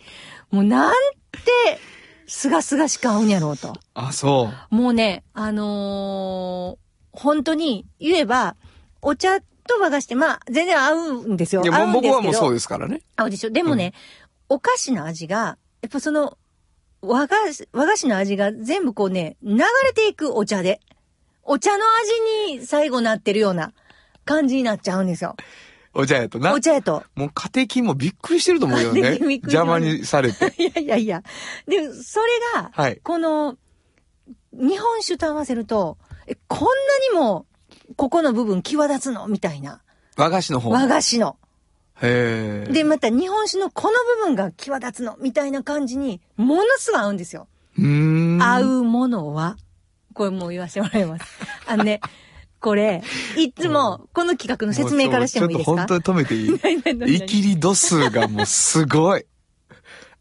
[SPEAKER 3] もうなんて、すがすがしく合うんやろうと。
[SPEAKER 2] あ、そう。
[SPEAKER 3] もうね、あのー本当に言えば、お茶と和菓子って、まあ、全然合うんですよ。
[SPEAKER 2] いや
[SPEAKER 3] 合
[SPEAKER 2] も
[SPEAKER 3] う
[SPEAKER 2] うん
[SPEAKER 3] ですけ
[SPEAKER 2] 僕
[SPEAKER 3] ど。
[SPEAKER 2] はもうそうですからね。
[SPEAKER 3] 合うでしょ。でもね、お菓子の味が、やっぱその、和菓子、和菓子の味が全部こうね、流れていくお茶で。お茶の味に最後なってるような感じになっちゃうんですよ。
[SPEAKER 2] お茶やとな
[SPEAKER 3] お。茶やと。
[SPEAKER 2] もう家庭金もびっくりしてると思うよ
[SPEAKER 3] 家
[SPEAKER 2] ね。
[SPEAKER 3] 庭金 びっくりし
[SPEAKER 2] 邪
[SPEAKER 3] ま
[SPEAKER 2] 魔
[SPEAKER 3] す
[SPEAKER 2] にされて。
[SPEAKER 3] いやいやいや。で、それが、
[SPEAKER 2] はい
[SPEAKER 3] この、日本酒と合わせると、え、こんなにも、ここの部分際立つのみたいな。
[SPEAKER 2] 和菓子の方。
[SPEAKER 3] 和菓子の。
[SPEAKER 2] へえ。
[SPEAKER 3] で、また日本酒のこの部分が際立つのみたいな感じに、ものすごい合うんですよ。
[SPEAKER 2] うーん。
[SPEAKER 3] 合うものは、これもう言わせてもらい ます。あのね、これ、いつも、この企画の説明からしてもいいです
[SPEAKER 2] ちょ
[SPEAKER 3] か
[SPEAKER 2] っと本当に止め ていい
[SPEAKER 3] 何何何
[SPEAKER 2] イキリ度数がもうすごい。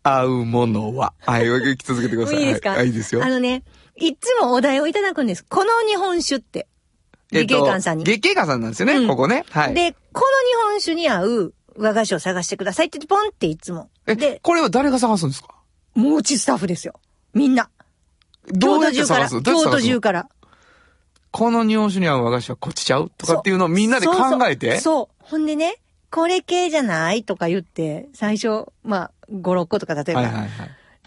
[SPEAKER 2] 合うものは。はい、聞き続けてください。
[SPEAKER 3] いいですか、
[SPEAKER 2] はい、あいいですよ
[SPEAKER 3] あ。のね、いつもお題をいただくんです。この日本酒って。理
[SPEAKER 2] えっと
[SPEAKER 3] 系館さんに。
[SPEAKER 2] 月経館さんなんですよね、
[SPEAKER 3] うん
[SPEAKER 2] ここね。はい。
[SPEAKER 3] で、この日本酒に合う和菓子を探してくださいって言ってポンっていつも。
[SPEAKER 2] え、
[SPEAKER 3] で、
[SPEAKER 2] これは誰が探すんですか
[SPEAKER 3] もうちスタッフですよ。みんな。京
[SPEAKER 2] どう
[SPEAKER 3] 都
[SPEAKER 2] やって
[SPEAKER 3] 中か
[SPEAKER 2] 探
[SPEAKER 3] ら。
[SPEAKER 2] すの
[SPEAKER 3] 京
[SPEAKER 2] どうやって探
[SPEAKER 3] 都
[SPEAKER 2] すの
[SPEAKER 3] 中から。
[SPEAKER 2] この日本酒に合う和菓子はこっちちゃうとかっていうのをみんなで考えて。
[SPEAKER 3] そうそうそう。ほんでね、これ系じゃないとか言って、最初、まあ、5、6個とか例えば、
[SPEAKER 2] はいはいはい。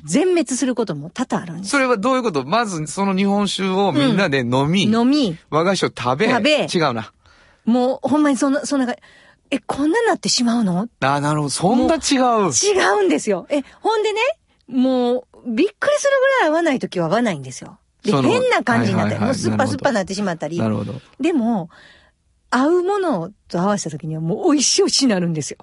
[SPEAKER 3] 全滅することも多々あるんです。
[SPEAKER 2] それはどういうことまずその日本酒をみんなで飲み、
[SPEAKER 3] 飲み、
[SPEAKER 2] 和菓子を食べ、
[SPEAKER 3] 食べ
[SPEAKER 2] 違うな。
[SPEAKER 3] もうほんまにそんな、そんなが、え、こんななってしまうの
[SPEAKER 2] あーなるほど。そんな違う。
[SPEAKER 3] 違うんですよ。え、ほんでね、もう、びっくりするぐらい合わないときは合わないんですよ。で、
[SPEAKER 2] その
[SPEAKER 3] 変な感じになったり、
[SPEAKER 2] はいはいはい
[SPEAKER 3] もうすっぱすっぱなってしまったり
[SPEAKER 2] な。るほど。
[SPEAKER 3] でも、合うものと合わせたときにはもう美味しい美味しいになるんですよ。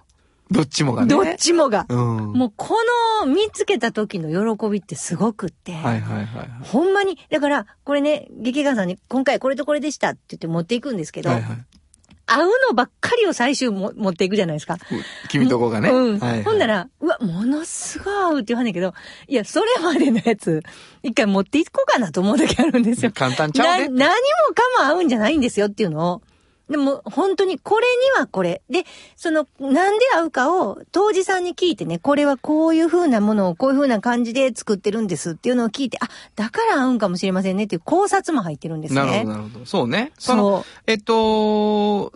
[SPEAKER 2] どっちもがね。
[SPEAKER 3] どっちもが。
[SPEAKER 2] うん。
[SPEAKER 3] もうこの見つけた時の喜びってすごくって。
[SPEAKER 2] はいはいはいはい。
[SPEAKER 3] ほんまに、だから、これね、劇団さんに今回これとこれでしたって言って持っていくんですけど、
[SPEAKER 2] はいはい
[SPEAKER 3] 合うのばっかりを最終も持っていくじゃないですか。
[SPEAKER 2] 君とこがね。
[SPEAKER 3] うん。
[SPEAKER 2] はいはい
[SPEAKER 3] ほんなら、うわ、ものすごい合うって言わんねんけど、いや、それまでのやつ、一回持っていこうかなと思う時あるんですよ。
[SPEAKER 2] 簡単ちゃ
[SPEAKER 3] な
[SPEAKER 2] う
[SPEAKER 3] 何
[SPEAKER 2] ね。
[SPEAKER 3] もかも合うんじゃないんですよっていうのを。でも、本当にこれにはこれ。で、その、なんで合うかを、当時さんに聞いてね、これはこういう風なものをこういう風な感じで作ってるんですっていうのを聞いて、あ、だから合うんかもしれませんねっていう考察も入ってるんですね。
[SPEAKER 2] なるほどなるほど。そうね。その、
[SPEAKER 3] そ
[SPEAKER 2] えっと、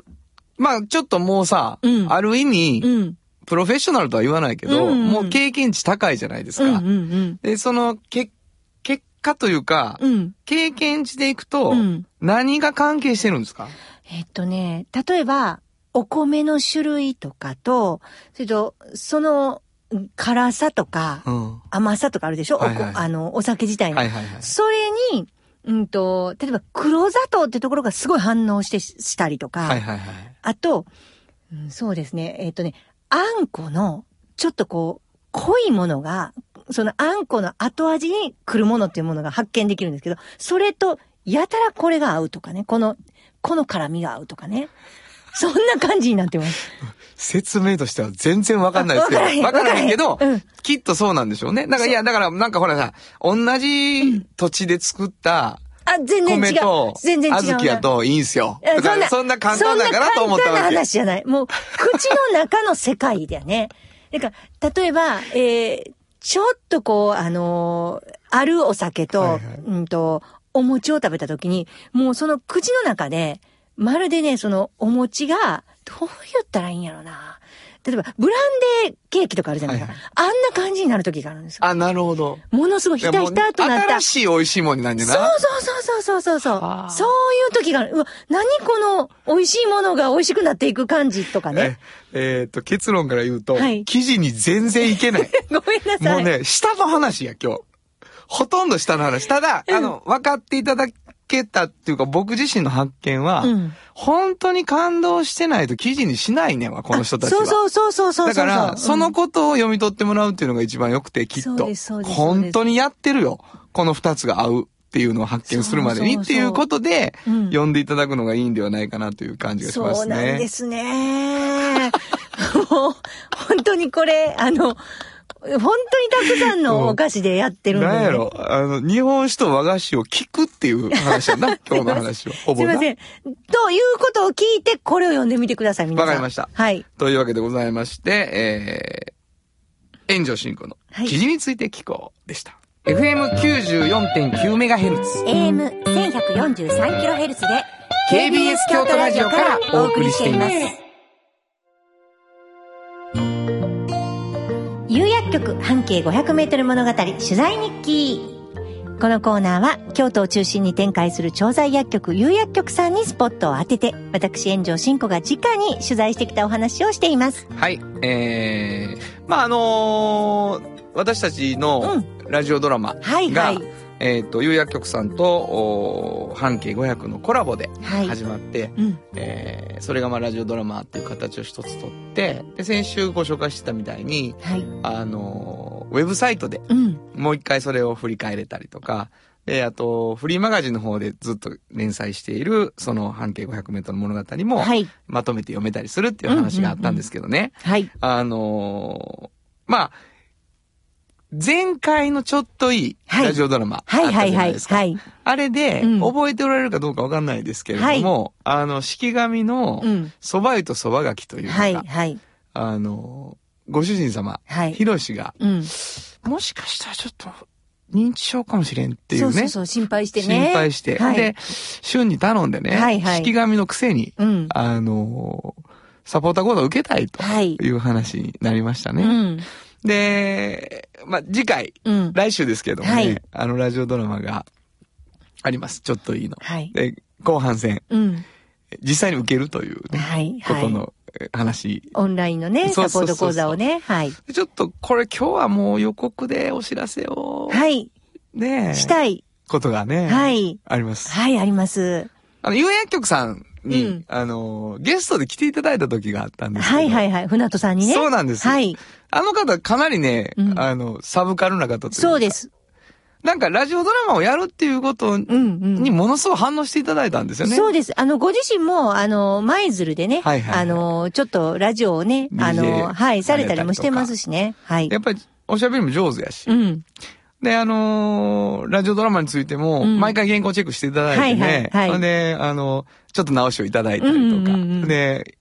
[SPEAKER 2] まあちょっともうさ、
[SPEAKER 3] うん
[SPEAKER 2] ある意味、
[SPEAKER 3] う。うん。
[SPEAKER 2] プロフェッショナルとは言わないけど、
[SPEAKER 3] うんうん
[SPEAKER 2] もう経験値高いじゃないです
[SPEAKER 3] う
[SPEAKER 2] か。
[SPEAKER 3] んうん
[SPEAKER 2] で、その、け、結果というか、
[SPEAKER 3] うん。うん。
[SPEAKER 2] 経験値でいくと、
[SPEAKER 3] うん
[SPEAKER 2] 何が関係してるんですか
[SPEAKER 3] えっとね、例えば、お米の種類とかと、それと、その、辛さとか、
[SPEAKER 2] うん。は
[SPEAKER 3] 甘さとかあるでしょ、
[SPEAKER 2] はいはい
[SPEAKER 3] おこあの、お酒自体
[SPEAKER 2] い
[SPEAKER 3] の。
[SPEAKER 2] はいはい。
[SPEAKER 3] それに、うんと、例えば黒砂糖ってところがすごい反応してししたりとか、
[SPEAKER 2] はいはいはい。
[SPEAKER 3] あと、うんそうですね、えっ、とね、あんこの、ちょっとこう、濃いものが、そのあんこの後味に来るものっていうものが発見できるんですけど、それと、やたらこれが合うとかね、この、この辛味が合うとかね。そんな感じになってます。
[SPEAKER 2] 説明としては全然わかんないですけど。
[SPEAKER 3] あわからへん
[SPEAKER 2] わからへんけど
[SPEAKER 3] わからへんうん、
[SPEAKER 2] きっとそうなんでしょうね。だから、いや、だから、なんかほらさ、同じ土地で作った
[SPEAKER 3] あ、全然
[SPEAKER 2] 米
[SPEAKER 3] 違う
[SPEAKER 2] と。、
[SPEAKER 3] 全然違うな。
[SPEAKER 2] 小豆やといいんすよ。
[SPEAKER 3] いや
[SPEAKER 2] だから、そんな簡単だからと思った
[SPEAKER 3] そんな簡
[SPEAKER 2] わ
[SPEAKER 3] 単
[SPEAKER 2] け
[SPEAKER 3] な。話じゃない。もう、口の中の世界だよね。 だから、例えば、えー、ちょっとこう、あのーあるお酒と、
[SPEAKER 2] はいはい
[SPEAKER 3] うんと、お餅を食べた時に、もうその口の中で、まるでね、そのお餅が、どう言ったらいいんやろな。例えば、ブランデーケーキとかあるじゃないですか。あんな感じになる時があるんですよ。
[SPEAKER 2] あ、なるほど。
[SPEAKER 3] ものすごいひたひたとなっ
[SPEAKER 2] いやもう
[SPEAKER 3] た
[SPEAKER 2] 新。しい美味しいもんになんじゃな
[SPEAKER 3] そうそうそうそうそうそうそう。そういう時がある。うわ、何この美味しいものが美味しくなっていく感じとかね。
[SPEAKER 2] ええーっと、結論から言うと、
[SPEAKER 3] はい
[SPEAKER 2] 記事に全然いけない。
[SPEAKER 3] ごめんなさ
[SPEAKER 2] も
[SPEAKER 3] い。
[SPEAKER 2] うね、下の話や、今日。ほとんど下の話。ただ、あの、分かっていただけたっていうか、僕自身の発見は、
[SPEAKER 3] うん
[SPEAKER 2] 本当に感動してないと記事にしないねんわ、この人たち
[SPEAKER 3] そう
[SPEAKER 2] は。
[SPEAKER 3] そうそうそうそうそう。
[SPEAKER 2] だから、
[SPEAKER 3] うん
[SPEAKER 2] そのことを読み取ってもらうっていうのが一番良くて、きっ
[SPEAKER 3] そう
[SPEAKER 2] と
[SPEAKER 3] ですそうで。す
[SPEAKER 2] 本当にやってるよ。この二つが合うっていうのを発見するまでに
[SPEAKER 3] そうそうそう
[SPEAKER 2] っていうことで、
[SPEAKER 3] うん
[SPEAKER 2] 読んでいただくのがいいんではないかなという感じがしま
[SPEAKER 3] そ
[SPEAKER 2] す
[SPEAKER 3] う
[SPEAKER 2] ね。
[SPEAKER 3] なんですね。もう、本当にこれ、あの、本当にたくさんのお菓子でやってるんで、
[SPEAKER 2] なん
[SPEAKER 3] ね。
[SPEAKER 2] やろあの、日本酒と和菓子を聞くっていう話 だな、今日の話は。ほ
[SPEAKER 3] す
[SPEAKER 2] ぼ
[SPEAKER 3] い
[SPEAKER 2] な
[SPEAKER 3] ま。せん。ということを聞いて、これを読んでみてください、皆さん。
[SPEAKER 2] わかりました
[SPEAKER 3] はい。
[SPEAKER 2] というわけでございまして、えー、炎上進行の
[SPEAKER 3] はい
[SPEAKER 2] 記事について聞こうでした。FM94.9MHz。
[SPEAKER 3] AM1143kHz で、
[SPEAKER 2] KBS 京都ラジオからお送りしています。
[SPEAKER 3] 有薬局半径500メートル物語取材日記。このコーナーは京都を中心に展開する調剤薬局有薬局さんにスポットを当てて私炎上真子が直に取材してきたお話をしています。
[SPEAKER 2] はい。えー、まあ、あのー私たちのラジオドラマが、
[SPEAKER 3] はいはい。
[SPEAKER 2] えっ、と、有薬局さんと、おー半径500のコラボで
[SPEAKER 3] はい。
[SPEAKER 2] 始まって、
[SPEAKER 3] うん。
[SPEAKER 2] えーそれがまあラジオドラマっていう形を一つとって、で、先週ご紹介してたみたいに、
[SPEAKER 3] はい。
[SPEAKER 2] あのーウェブサイトで
[SPEAKER 3] うん。
[SPEAKER 2] もう一回それを振り返れたりとか、で、あと、フリーマガジンの方でずっと連載している、その半径500メートルの物語も、
[SPEAKER 3] はい。
[SPEAKER 2] まとめて読めたりするっていう話があったんですけどね。
[SPEAKER 3] はい。
[SPEAKER 2] あのーまあ、前回のちょっといい
[SPEAKER 3] はい
[SPEAKER 2] ラジオドラマ、
[SPEAKER 3] はい
[SPEAKER 2] あ
[SPEAKER 3] は
[SPEAKER 2] った
[SPEAKER 3] い
[SPEAKER 2] じゃな
[SPEAKER 3] はいい。
[SPEAKER 2] ですか。
[SPEAKER 3] はい。
[SPEAKER 2] あれで、
[SPEAKER 3] うん
[SPEAKER 2] 覚えておられるかどうかわかんないですけれども、あの、式神の
[SPEAKER 3] うん。
[SPEAKER 2] 蕎麦湯と蕎麦柿というのが、
[SPEAKER 3] はいはい。
[SPEAKER 2] あのーご主人様、
[SPEAKER 3] はい
[SPEAKER 2] ヒ。ロシが、
[SPEAKER 3] うん。
[SPEAKER 2] もしかしたらちょっと認知症かもしれんってい
[SPEAKER 3] そううそ
[SPEAKER 2] ね、
[SPEAKER 3] うそう、心配してね。
[SPEAKER 2] 心配して、
[SPEAKER 3] はい
[SPEAKER 2] で、旬に頼んでね、
[SPEAKER 3] はいはい
[SPEAKER 2] 式神のくせに、
[SPEAKER 3] うん。
[SPEAKER 2] あのーサポーター講座を受けたいと
[SPEAKER 3] はい
[SPEAKER 2] いう話になりました
[SPEAKER 3] う
[SPEAKER 2] ね。
[SPEAKER 3] ん。
[SPEAKER 2] で、まあ、次回、
[SPEAKER 3] うん。
[SPEAKER 2] 来週ですけれどもね、
[SPEAKER 3] はい
[SPEAKER 2] あのラジオドラマがあります。ちょっといいの。
[SPEAKER 3] はい。
[SPEAKER 2] で、後半戦、
[SPEAKER 3] うん。
[SPEAKER 2] 実際に受けるというね、
[SPEAKER 3] はい
[SPEAKER 2] こ
[SPEAKER 3] はい。
[SPEAKER 2] とのえ話。
[SPEAKER 3] オンラインのね、
[SPEAKER 2] そう
[SPEAKER 3] サ
[SPEAKER 2] そ
[SPEAKER 3] ポ
[SPEAKER 2] う
[SPEAKER 3] ー
[SPEAKER 2] そうそう
[SPEAKER 3] ト講座をね、はい。
[SPEAKER 2] でちょっとこれ今日はもう予告でお知らせを、
[SPEAKER 3] はい。
[SPEAKER 2] ねえ
[SPEAKER 3] したい。
[SPEAKER 2] ことがね、
[SPEAKER 3] はい。
[SPEAKER 2] あります。
[SPEAKER 3] はい、あります。
[SPEAKER 2] あの、有薬局さんに、
[SPEAKER 3] うん
[SPEAKER 2] あの、ゲストで来ていただいた時があったんですけど、
[SPEAKER 3] はいはいはい。船戸さんにね。
[SPEAKER 2] そうなんですよ
[SPEAKER 3] はい。
[SPEAKER 2] あの方かなりね、
[SPEAKER 3] うん
[SPEAKER 2] あの、サブカルな方というか
[SPEAKER 3] そうです。
[SPEAKER 2] なんかラジオドラマをやるっていうことに
[SPEAKER 3] うんうん。
[SPEAKER 2] にものすごい反応していただいたんですよね。
[SPEAKER 3] そうです。あの、ご自身も、あの、舞鶴でね、
[SPEAKER 2] はいはいはい
[SPEAKER 3] あの、ちょっとラジオをね、あ
[SPEAKER 2] DJ
[SPEAKER 3] の、はい、されたりも
[SPEAKER 2] さ
[SPEAKER 3] し
[SPEAKER 2] れ
[SPEAKER 3] て
[SPEAKER 2] たりとか
[SPEAKER 3] ますしね。はい
[SPEAKER 2] や。っぱりおしゃべりも上手やし。
[SPEAKER 3] うん。
[SPEAKER 2] で、あのーラジオドラマについても、
[SPEAKER 3] うん
[SPEAKER 2] 毎回原稿チェックしていただいてね。
[SPEAKER 3] はいはいはい
[SPEAKER 2] で、あの、ちょっと直しをいただいたりとか。
[SPEAKER 3] うんうんうん
[SPEAKER 2] で、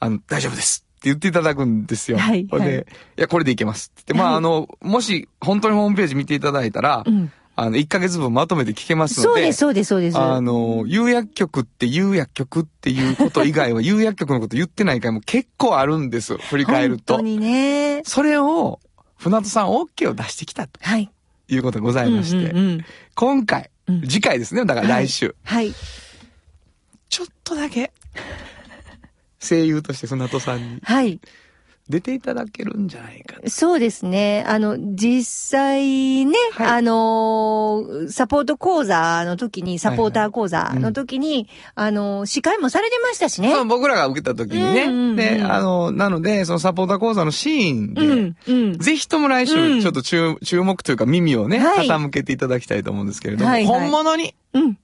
[SPEAKER 2] あの、大丈夫です。って言っていただくんですよ。
[SPEAKER 3] はい
[SPEAKER 2] ほん
[SPEAKER 3] はい
[SPEAKER 2] で、いや、これでいけます。って言って、まあ、
[SPEAKER 3] はい
[SPEAKER 2] あの、もし、本当にホームページ見ていただいたら、
[SPEAKER 3] うん。
[SPEAKER 2] あの、1ヶ月分まとめて聞けますの
[SPEAKER 3] そう
[SPEAKER 2] で、
[SPEAKER 3] です、そうです、そうです。
[SPEAKER 2] あの、有薬局って有薬局っていうこと 以外は、有薬局のこと言ってない回も結構あるんです。振り返ると。
[SPEAKER 3] 本当にね。
[SPEAKER 2] それを、船戸さん OK を出してきたと
[SPEAKER 3] はい。
[SPEAKER 2] いうことがございまして、
[SPEAKER 3] うんうんうん
[SPEAKER 2] 今回、
[SPEAKER 3] うん
[SPEAKER 2] 次回ですね、だから来週、
[SPEAKER 3] はい。
[SPEAKER 2] ちょっとだけ、声優として船戸さんに
[SPEAKER 3] はい。
[SPEAKER 2] 出ていただけるんじゃないかな。
[SPEAKER 3] そうですね。あの、実際ね、
[SPEAKER 2] はい
[SPEAKER 3] あのーサポート講座の時に、サポーター講座の時に、あのー司会もされてましたしね。
[SPEAKER 2] そう僕らが受けた時にね、
[SPEAKER 3] うんうんうん
[SPEAKER 2] で、あの、なので、そのサポーター講座のシーンで、
[SPEAKER 3] うん、うん。
[SPEAKER 2] ぜひとも来
[SPEAKER 3] うん
[SPEAKER 2] 週、ちょっと注,、注目というか耳をね、
[SPEAKER 3] はい
[SPEAKER 2] 傾けていただきたいと思うんですけれども、
[SPEAKER 3] はいはい
[SPEAKER 2] 本物に
[SPEAKER 3] うん。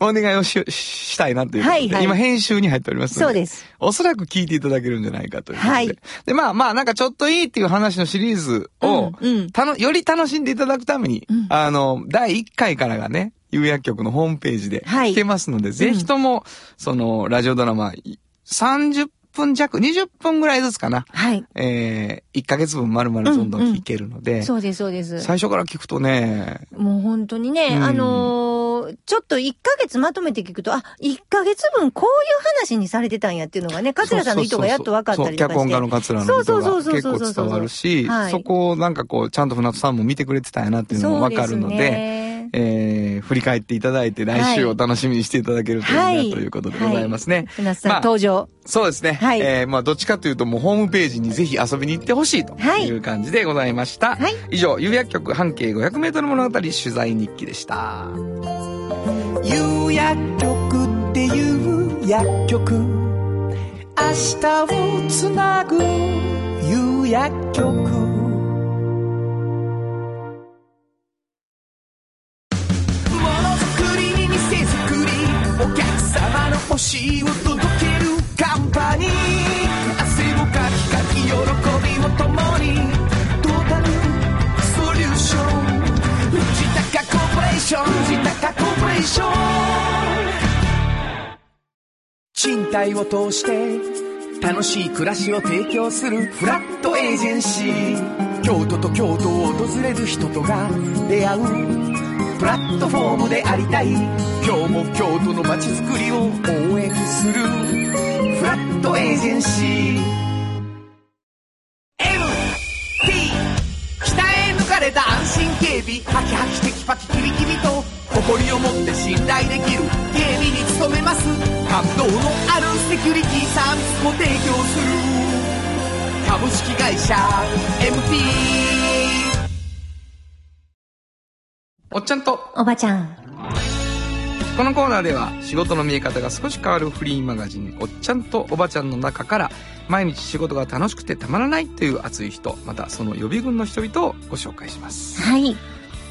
[SPEAKER 2] お願いをししたいなということで、
[SPEAKER 3] はいはい
[SPEAKER 2] 今編集に入っておりますの
[SPEAKER 3] そう
[SPEAKER 2] で、
[SPEAKER 3] です。
[SPEAKER 2] おそらく聞いていただけるんじゃないかということで。
[SPEAKER 3] はい
[SPEAKER 2] で、まあまあ、なんかちょっといいっていう話のシリーズを、
[SPEAKER 3] うんうん
[SPEAKER 2] たの、より楽しんでいただくために、
[SPEAKER 3] うん
[SPEAKER 2] あの、第1回からがね、有薬局のホームページで
[SPEAKER 3] はい
[SPEAKER 2] 聞けますので、ぜひとも、その、ラジオドラマ、い30分弱、20分ぐらいずつかな。
[SPEAKER 3] はい。
[SPEAKER 2] えー、1ヶ月分丸々どんどん聞けるので、
[SPEAKER 3] そうです、そうです。
[SPEAKER 2] 最初から聞くとね、
[SPEAKER 3] もう本当にね、
[SPEAKER 2] うん
[SPEAKER 3] あのーちょっと1ヶ月まとめて聞くと、あ、1ヶ月分こういう話にされてたんやっていうのがね、桂さんの意図がやっと分かったりとかして。
[SPEAKER 2] そうそうそうそう脚本家の桂の意図
[SPEAKER 3] そう
[SPEAKER 2] が
[SPEAKER 3] そうそう
[SPEAKER 2] 結
[SPEAKER 3] そうそう
[SPEAKER 2] 構伝わるし、
[SPEAKER 3] はい
[SPEAKER 2] そこをなんかこう、ちゃんと船津さんも見てくれてたんやなっていうのもわかるので、
[SPEAKER 3] そうすね
[SPEAKER 2] えー、振り返っていただいて来週
[SPEAKER 3] は
[SPEAKER 2] を
[SPEAKER 3] い
[SPEAKER 2] 楽しみにしていただけるといいな、
[SPEAKER 3] はい
[SPEAKER 2] ということでございますね。
[SPEAKER 3] 船津さん、
[SPEAKER 2] まあ
[SPEAKER 3] 登場。
[SPEAKER 2] そうですね。
[SPEAKER 3] はい
[SPEAKER 2] えー、まあどっちかというともうホームページにぜひ遊びに行ってほしいと
[SPEAKER 3] はい
[SPEAKER 2] いう感じでございました。
[SPEAKER 3] はい
[SPEAKER 2] 以上、有薬局半径500メートル物語取材日記でした。
[SPEAKER 4] 有薬局っていう薬局明日をつなぐ有薬局ものづくりに店づくりお客様の欲しいを届けるカンパニー汗をかきかき喜びを共にトータルソリューション藤高コーポレーション藤高コーポレーション賃貸を通して楽しい暮らしを提供するフラットエージェンシー京都と京都を訪れる人とが出会うプラットフォームでありたい今日も京都の街づくりを応援するフラットエージェンシー MT 鍛え抜かれた安心警備ハキハキテキパキキビキビと誇りを持って信頼できる警備に努めます感動のあるセキュリティサービスも提供する株式会社 MT
[SPEAKER 2] おっちゃんと
[SPEAKER 3] おばちゃん
[SPEAKER 2] このコーナーでは仕事の見え方が少し変わるフリーマガジン「おっちゃんとおばちゃん」の中から毎日仕事が楽しくてたまらないという熱い人またその予備軍の人々をご紹介します
[SPEAKER 3] はい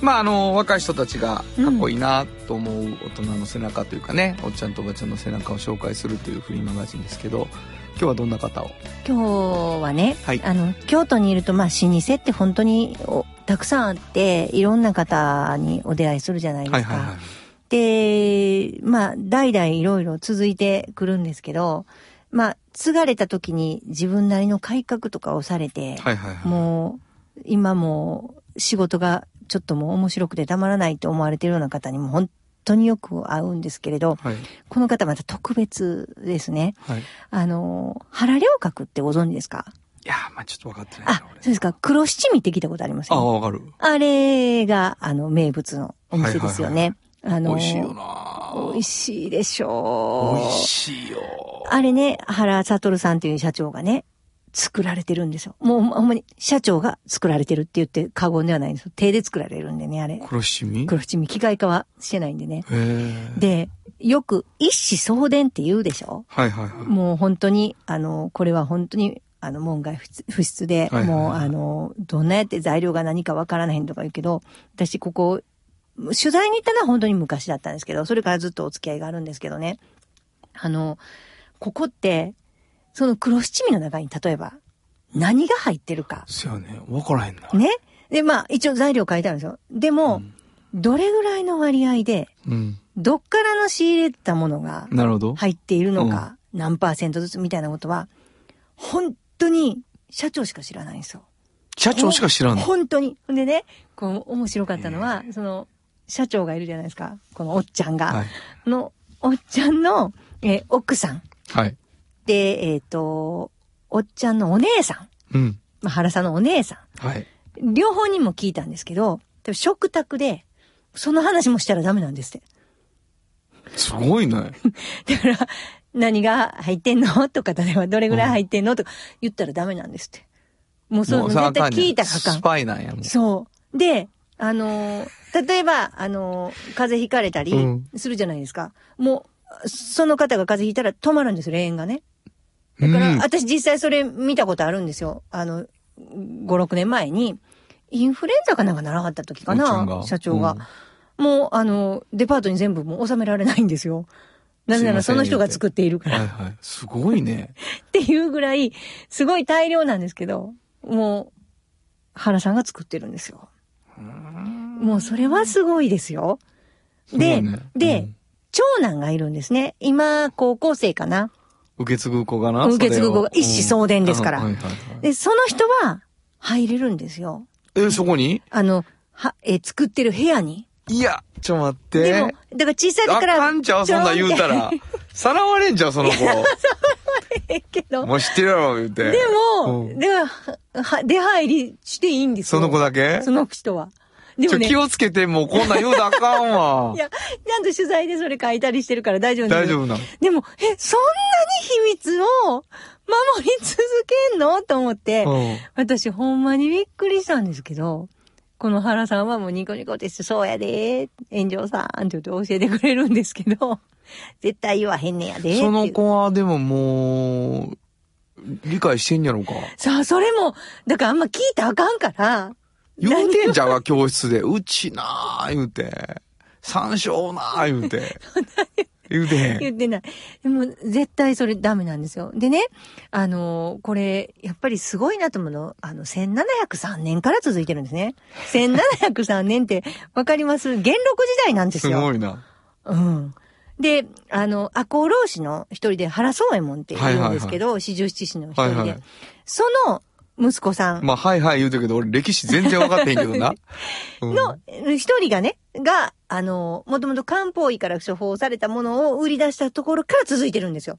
[SPEAKER 2] まああの若い人たちがかっこいいなと思う大人の背中というかね、おっちゃんとおばちゃんの背中を紹介するというフリーマガジンですけど今日はどんな方を
[SPEAKER 3] 今日はね、
[SPEAKER 2] はい
[SPEAKER 3] あの京都にいるとまあ老舗って本当におたくさんあっていろんな方にお出会いするじゃないですか、
[SPEAKER 2] はいはいはい
[SPEAKER 3] で、まあ、代々いろいろ続いてくるんですけど、まあ、継がれた時に自分なりの改革とかをされて、
[SPEAKER 2] はいはいはい
[SPEAKER 3] もう、今もう仕事がちょっともう面白くてたまらないと思われてるような方にも本当によく会うんですけれど、
[SPEAKER 2] はい
[SPEAKER 3] この方また特別ですね。
[SPEAKER 2] はいい
[SPEAKER 3] あの、原良角ってご存知ですか
[SPEAKER 2] やーまあちょっと分かってない
[SPEAKER 3] あ
[SPEAKER 2] な、
[SPEAKER 3] そう
[SPEAKER 2] 俺
[SPEAKER 3] ですか。黒七味って聞いたことあります
[SPEAKER 2] あ
[SPEAKER 3] よ、ね、
[SPEAKER 2] あ分かる
[SPEAKER 3] あれが、あの、名物のお店ですよね。あ
[SPEAKER 2] 美
[SPEAKER 3] の、
[SPEAKER 2] 味しいよな
[SPEAKER 3] 美味しいでし
[SPEAKER 2] 美
[SPEAKER 3] ょ
[SPEAKER 2] 味
[SPEAKER 3] う。
[SPEAKER 2] しいよ
[SPEAKER 3] あれね、原悟さんという社長がね、作られてるんですよ。もうほんまに社長が作られてるって言って過言ではないんですよ。手で作られるんでね、あれ。
[SPEAKER 2] 黒しみ
[SPEAKER 3] 黒七味機械化はしてないんでね。
[SPEAKER 2] へえ
[SPEAKER 3] で、よく一子相伝って言うでしょ
[SPEAKER 2] はいはいはい
[SPEAKER 3] もう本当に、あの、これは本当に、あの、門外不出不出で、
[SPEAKER 2] はいはい
[SPEAKER 3] もう、あの、どんなやって材料が何かわからないとか言うけど、私ここ、取材に行ったのは本当に昔だったんですけど、それからずっとお付き合いがあるんですけどね。あの、ここって、その黒七味の中に例えば、何が入ってるか。
[SPEAKER 2] そやね分からへんな
[SPEAKER 3] ね。で、まあ、一応材料書いてあるんですよ。でも、どれぐらいの割合で、
[SPEAKER 2] うん
[SPEAKER 3] どっからの仕入れたものが、
[SPEAKER 2] なるほど
[SPEAKER 3] 入っているのか、何パーセントずつみたいなことは、本当に社長しか知らないんですよ。
[SPEAKER 2] 社長しか知らんの
[SPEAKER 3] 本当に。ほんでね、こう、面白かったのは、その、社長がいるじゃないですか。このおっちゃんが。
[SPEAKER 2] はい
[SPEAKER 3] の、おっちゃんの、えー奥さん。
[SPEAKER 2] はい
[SPEAKER 3] で、えっ、と、おっちゃんのお姉さん。
[SPEAKER 2] うん
[SPEAKER 3] まあ、原さんのお姉さ
[SPEAKER 2] はい
[SPEAKER 3] ん。両方にも聞いたんですけど、でも食卓で、その話もしたらダメなんですって。
[SPEAKER 2] すごいね
[SPEAKER 3] だから、何が入ってんのとか、例えばどれぐらい入ってんのとか言ったらダメなんですって。もうそういうの
[SPEAKER 2] それあ
[SPEAKER 3] 絶
[SPEAKER 2] か
[SPEAKER 3] 対
[SPEAKER 2] んね
[SPEAKER 3] 聞いたらあか
[SPEAKER 2] ス
[SPEAKER 3] ん。
[SPEAKER 2] パイなんやもん
[SPEAKER 3] そう。で、あのー例えば、あのー風邪ひかれたり
[SPEAKER 2] うん
[SPEAKER 3] するじゃないですか。もう、その方が風邪ひいたら止まるんですよ、霊炎がね。
[SPEAKER 2] う
[SPEAKER 3] だから、
[SPEAKER 2] ん
[SPEAKER 3] 私実際それ見たことあるんですよ。あの、5、6年前に、インフルエンザかなんかならはった時か
[SPEAKER 2] おっちゃん
[SPEAKER 3] な
[SPEAKER 2] が、
[SPEAKER 3] 社長が
[SPEAKER 2] うん。
[SPEAKER 3] もう、あの、デパートに全部もう収められないんですよ。なぜなら
[SPEAKER 2] すい
[SPEAKER 3] そ
[SPEAKER 2] ません
[SPEAKER 3] の人が作っているから。
[SPEAKER 2] はいはいすごいね
[SPEAKER 3] っていうぐらい、すごい大量なんですけど、もう、原さんが作ってるんですよ。もうそれはすごいですよ。で、
[SPEAKER 2] そうね
[SPEAKER 3] で、
[SPEAKER 2] うん
[SPEAKER 3] 長男がいるんですね。今、高校生かな。
[SPEAKER 2] 受け継ぐ子がな
[SPEAKER 3] 受け継ぐ子が
[SPEAKER 2] それを
[SPEAKER 3] 一子相伝ですから
[SPEAKER 2] うんはいはいはい
[SPEAKER 3] で、その人は入れるんですよ。
[SPEAKER 2] えそこに
[SPEAKER 3] あの、は、えー作ってる部屋に。
[SPEAKER 2] いやちょ待って
[SPEAKER 3] でも、だから小さい時
[SPEAKER 2] あ
[SPEAKER 3] から。
[SPEAKER 2] かんちゃうそんなん言うたらさらわれんちゃうその子
[SPEAKER 3] ええけど。
[SPEAKER 2] もう知ってるやろ言うて
[SPEAKER 3] でも、
[SPEAKER 2] うん
[SPEAKER 3] では、は出入りしていいんですよ。
[SPEAKER 2] その子だけ
[SPEAKER 3] その人は。で
[SPEAKER 2] ち
[SPEAKER 3] も
[SPEAKER 2] ょ
[SPEAKER 3] ね
[SPEAKER 2] 気。をつけてもうこんなん言うたらあかんわ
[SPEAKER 3] いや、ちゃんと取材でそれ書いたりしてるから大丈夫なんだ
[SPEAKER 2] 大
[SPEAKER 3] けど
[SPEAKER 2] 丈夫なの
[SPEAKER 3] でも、え、そんなに秘密を守り続けんのと思って、
[SPEAKER 2] うん
[SPEAKER 3] 私ほんまにびっくりしたんですけど、この原さんはもうニコニコです。そうやで。炎上さんって言って教えてくれるんですけど、 絶対言わへんねやで。
[SPEAKER 2] その
[SPEAKER 3] っていう。
[SPEAKER 2] 子はでももう、理解してんやろうか。
[SPEAKER 3] さあ、それも、だからあんま聞いたらあかんから、
[SPEAKER 2] 言うてんじゃんが、教室で。うちなー言うて。山椒なー言うて。言うてへん。
[SPEAKER 3] 言ってない。でも、絶対それダメなんですよ。でね、あのーこれ、やっぱりすごいなと思うの、あの、1703年から続いてるんです ね。1703年って、わかります元禄時代なんです
[SPEAKER 2] す
[SPEAKER 3] よ。
[SPEAKER 2] ごいな。
[SPEAKER 3] うん。で、あの、赤穂浪士の一人で原宗右衛門って言うんですけど、四十七士の一人で、
[SPEAKER 2] はいはい
[SPEAKER 3] その息子さん
[SPEAKER 2] まあ、はいはい言うてるけど、俺歴史全然分かってへんけどな。うん
[SPEAKER 3] の一人がね、が、あの、もともと漢方医から処方されたものを売り出したところから続いてるんですよ。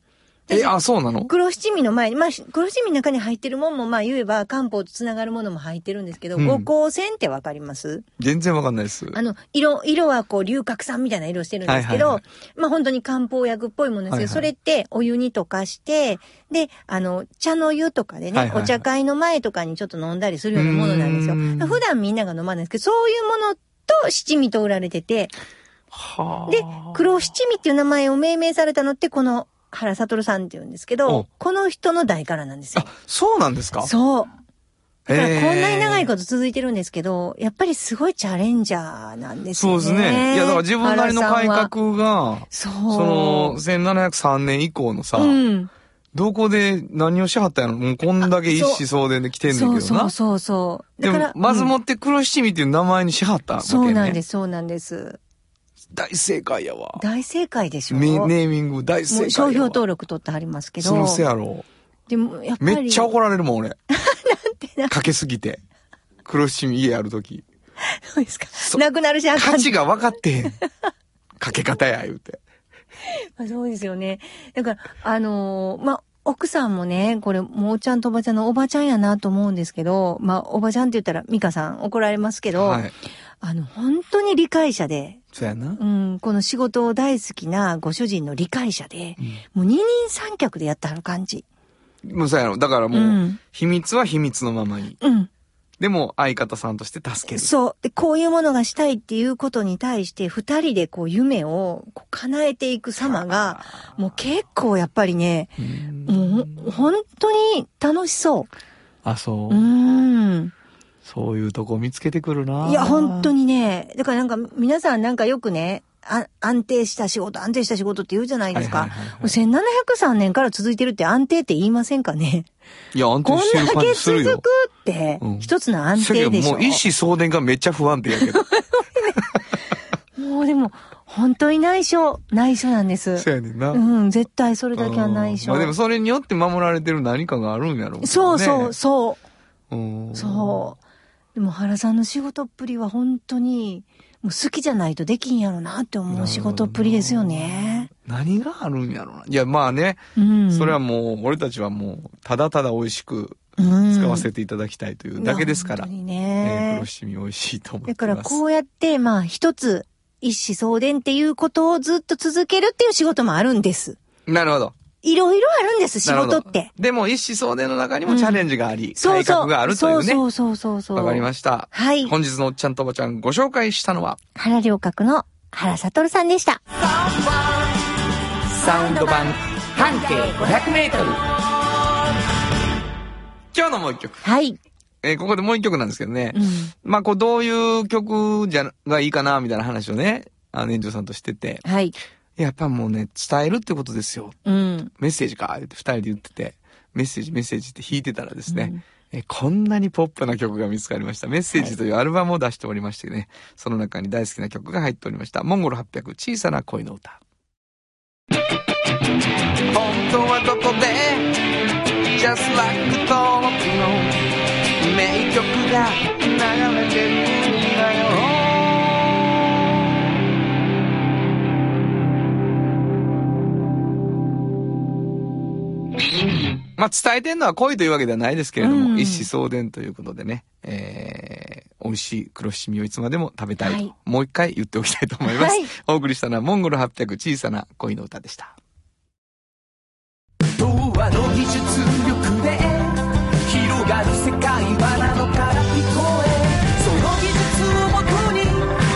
[SPEAKER 2] え、あ、そうなの
[SPEAKER 3] 黒七味の前に、まあ、し黒七味の中に入ってるもんも、まあ言えば漢方とつながるものも入ってるんですけど、
[SPEAKER 2] うん
[SPEAKER 3] 五光線ってわかります
[SPEAKER 2] 全然わかんないです。
[SPEAKER 3] あの、色、色はこう、龍角散みたいな色してるんですけど、
[SPEAKER 2] はいはい
[SPEAKER 3] まあ本当に漢方薬っぽいものですけど、
[SPEAKER 2] はいはい
[SPEAKER 3] それってお湯に溶かして、で、あの、茶の湯とかでね、
[SPEAKER 2] はいはいはい
[SPEAKER 3] お茶会の前とかにちょっと飲んだりするようなものなんですよ。
[SPEAKER 2] うーん
[SPEAKER 3] 普段みんなが飲まないんですけど、そういうものと七味と売られてて、
[SPEAKER 2] はあ
[SPEAKER 3] で、黒七味っていう名前を命名されたのって、この原悟さんっていうんですけ
[SPEAKER 2] お
[SPEAKER 3] ど、この人の代からなんですよ
[SPEAKER 2] あ。、そうなんですか
[SPEAKER 3] そう。だから
[SPEAKER 2] へえ
[SPEAKER 3] こんなに長いこと続いてるんですけど、やっぱりすごいチャレンジャーなんですよ
[SPEAKER 2] そう
[SPEAKER 3] ね。
[SPEAKER 2] ですね。いや、だから自分なりの
[SPEAKER 3] 原さん
[SPEAKER 2] 改
[SPEAKER 3] は。
[SPEAKER 2] 革が、
[SPEAKER 3] そ
[SPEAKER 2] そうの、。1703年以降のさ、
[SPEAKER 3] うん。
[SPEAKER 2] どこで何をしはったんやろもうこんだけ一子相伝で来てんねんけど
[SPEAKER 3] そ
[SPEAKER 2] な。
[SPEAKER 3] うそうそうそう。
[SPEAKER 2] で
[SPEAKER 3] だか
[SPEAKER 2] も
[SPEAKER 3] ら、、
[SPEAKER 2] まず
[SPEAKER 3] うん
[SPEAKER 2] もって黒七味っていう名前にしはったわけね。
[SPEAKER 3] そうなんです、そうなんです。
[SPEAKER 2] 大正解やわ。
[SPEAKER 3] 大正解でしょ。
[SPEAKER 2] みネ
[SPEAKER 3] もう
[SPEAKER 2] ーミング大正解やわ。
[SPEAKER 3] 商標登録取ってありますけど。
[SPEAKER 2] そのせやろ。
[SPEAKER 3] でも、やっぱり。
[SPEAKER 2] めっちゃ怒られるもん、 俺。
[SPEAKER 3] てな
[SPEAKER 2] かけすぎて。黒七味家あるとき。
[SPEAKER 3] そうですか。 なくなるしあかん
[SPEAKER 2] 価値が分かってへん。かけ方や、言うて。
[SPEAKER 3] まあ そうですよね。だから、あのーまあ、奥さんもね、これ、もうちゃんとおばちゃんのおばちゃんやなと思うんですけど、まあ、おばちゃんって言ったら、ミカさん怒られますけど、
[SPEAKER 2] はい。
[SPEAKER 3] あの、本当に理解者で、
[SPEAKER 2] そうやな
[SPEAKER 3] う。ん、この仕事を大好きなご主人の理解者で、もう二人三脚でやってはる感じ。
[SPEAKER 2] もうそうやろ。だからもう、
[SPEAKER 3] うん
[SPEAKER 2] 秘密は秘密のままに。
[SPEAKER 3] うん。
[SPEAKER 2] でも、相方さんとして助ける。
[SPEAKER 3] そう。で、こういうものがしたいっていうことに対して、二人でこう夢をこう叶えていく様が、もう結構やっぱりね、
[SPEAKER 2] うん
[SPEAKER 3] もう本当に楽しそ。
[SPEAKER 2] あ、そう
[SPEAKER 3] う。ん。
[SPEAKER 2] そういうとこ見つけてくるない
[SPEAKER 3] や、本当
[SPEAKER 2] に。
[SPEAKER 3] にね、だからなんか皆さんなんかよくね、あ安定した仕事、安定した仕事って言うじゃないです
[SPEAKER 2] はい
[SPEAKER 3] か
[SPEAKER 2] はいはいは。い
[SPEAKER 3] もう1703年から続いてるって安定って言いませんかね。
[SPEAKER 2] いや、安
[SPEAKER 3] こ
[SPEAKER 2] 定
[SPEAKER 3] ん
[SPEAKER 2] してる
[SPEAKER 3] だ
[SPEAKER 2] 感
[SPEAKER 3] け
[SPEAKER 2] じする
[SPEAKER 3] 続
[SPEAKER 2] よ
[SPEAKER 3] く。って
[SPEAKER 2] う、ん
[SPEAKER 3] 一つの安定でし
[SPEAKER 2] せやけど
[SPEAKER 3] ょ。
[SPEAKER 2] もう、一子相伝がめっちゃ不安定やけど。
[SPEAKER 3] もうでも、本当に内緒、内緒なんです。
[SPEAKER 2] そうやねんな。
[SPEAKER 3] うん、絶対それだけは内緒
[SPEAKER 2] まあ。でもそれによって守られてる何かがあるんやろうけどね
[SPEAKER 3] そうそう、そう。
[SPEAKER 2] うん
[SPEAKER 3] そう。でも原さんの仕事っぷりは本当に、もう好きじゃないとできんやろなって思う仕事っぷりですよね。
[SPEAKER 2] 何があるんやろうないや、まあね、
[SPEAKER 3] うん。
[SPEAKER 2] それはもう、俺たちはもう、ただただ美味しく
[SPEAKER 3] うん、
[SPEAKER 2] 使わせていただきたいというだけですから。
[SPEAKER 3] いや本当
[SPEAKER 2] ね
[SPEAKER 3] に
[SPEAKER 2] 黒
[SPEAKER 3] ね。
[SPEAKER 2] 七味美味しいと思って
[SPEAKER 3] だ
[SPEAKER 2] ます。
[SPEAKER 3] からこうやって、まあ一つ、一子相伝っていうことをずっと続けるっていう仕事もあるんです。
[SPEAKER 2] なるほど。
[SPEAKER 3] いろいろあるんです、仕
[SPEAKER 2] なるほ
[SPEAKER 3] 事
[SPEAKER 2] ど
[SPEAKER 3] って。。
[SPEAKER 2] でも、一子相伝の中にもチャレンジがあり、
[SPEAKER 3] そう
[SPEAKER 2] 改
[SPEAKER 3] そ
[SPEAKER 2] 革
[SPEAKER 3] う。
[SPEAKER 2] があるというね。
[SPEAKER 3] そうそうそうそう。
[SPEAKER 2] わかりま
[SPEAKER 3] し
[SPEAKER 2] した。
[SPEAKER 3] はい
[SPEAKER 2] 本日のおっちゃんとおばちゃんご紹介したのは、
[SPEAKER 3] 原良角の原悟さんでした。
[SPEAKER 2] サウンド版半径500メートル。今日のもう一曲。
[SPEAKER 3] はい。
[SPEAKER 2] えーここでもう一曲なんですけどね。
[SPEAKER 3] うん。
[SPEAKER 2] まあ、こう、どういう曲じゃ、がいいかな、みたいな話をね、あの、園長さんとしてて。
[SPEAKER 3] はい。
[SPEAKER 2] やっぱもうね、伝えるってことですよ。
[SPEAKER 3] うん。
[SPEAKER 2] メッセージか、言って二人で言ってて、メッセージ、メッセージって弾いてたらですね、えこんなにポップな曲が見つかりました。メッセージというアルバムを出しておりましてね、その中に大好きな曲が入っておりました。モンゴル800、小さな恋の歌。本当はどこで Just like 登録の名曲が流れてるんだよまあ、伝えてんのは恋というわけではないですけれども、
[SPEAKER 3] うん
[SPEAKER 2] 一子相伝ということでね、えー、美味しい黒七味をいつまでも食べたいと、
[SPEAKER 3] はい
[SPEAKER 2] もう一回言っておきたいと思います。
[SPEAKER 3] はい
[SPEAKER 2] お送りしたのは、モンゴル800小さな恋の歌でした。
[SPEAKER 4] 童話の技術力で広がる世界はなのから聞こえその技術をもとに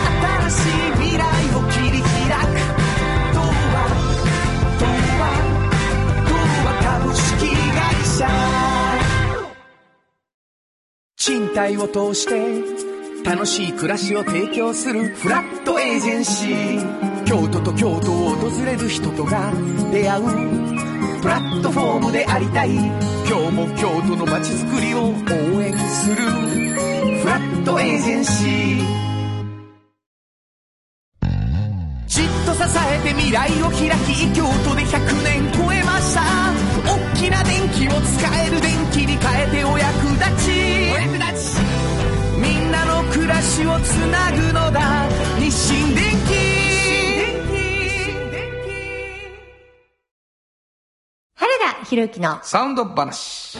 [SPEAKER 4] 新しい未来を切り開く童話童話童話株式会社賃貸を通して楽しい暮らしを提供するフラットエージェンシー京都と京都を訪れる人とが出会うプラットフォームでありたい今日も京都の街づくりを応援するフラットエージェンシーじっと支えて未来を開き京都で100年超えました大きな電気を使える電気に変えてお役立ちお役立ちみんなの暮らしをつなぐのだ日清
[SPEAKER 3] ろゆきの
[SPEAKER 2] サウンド話。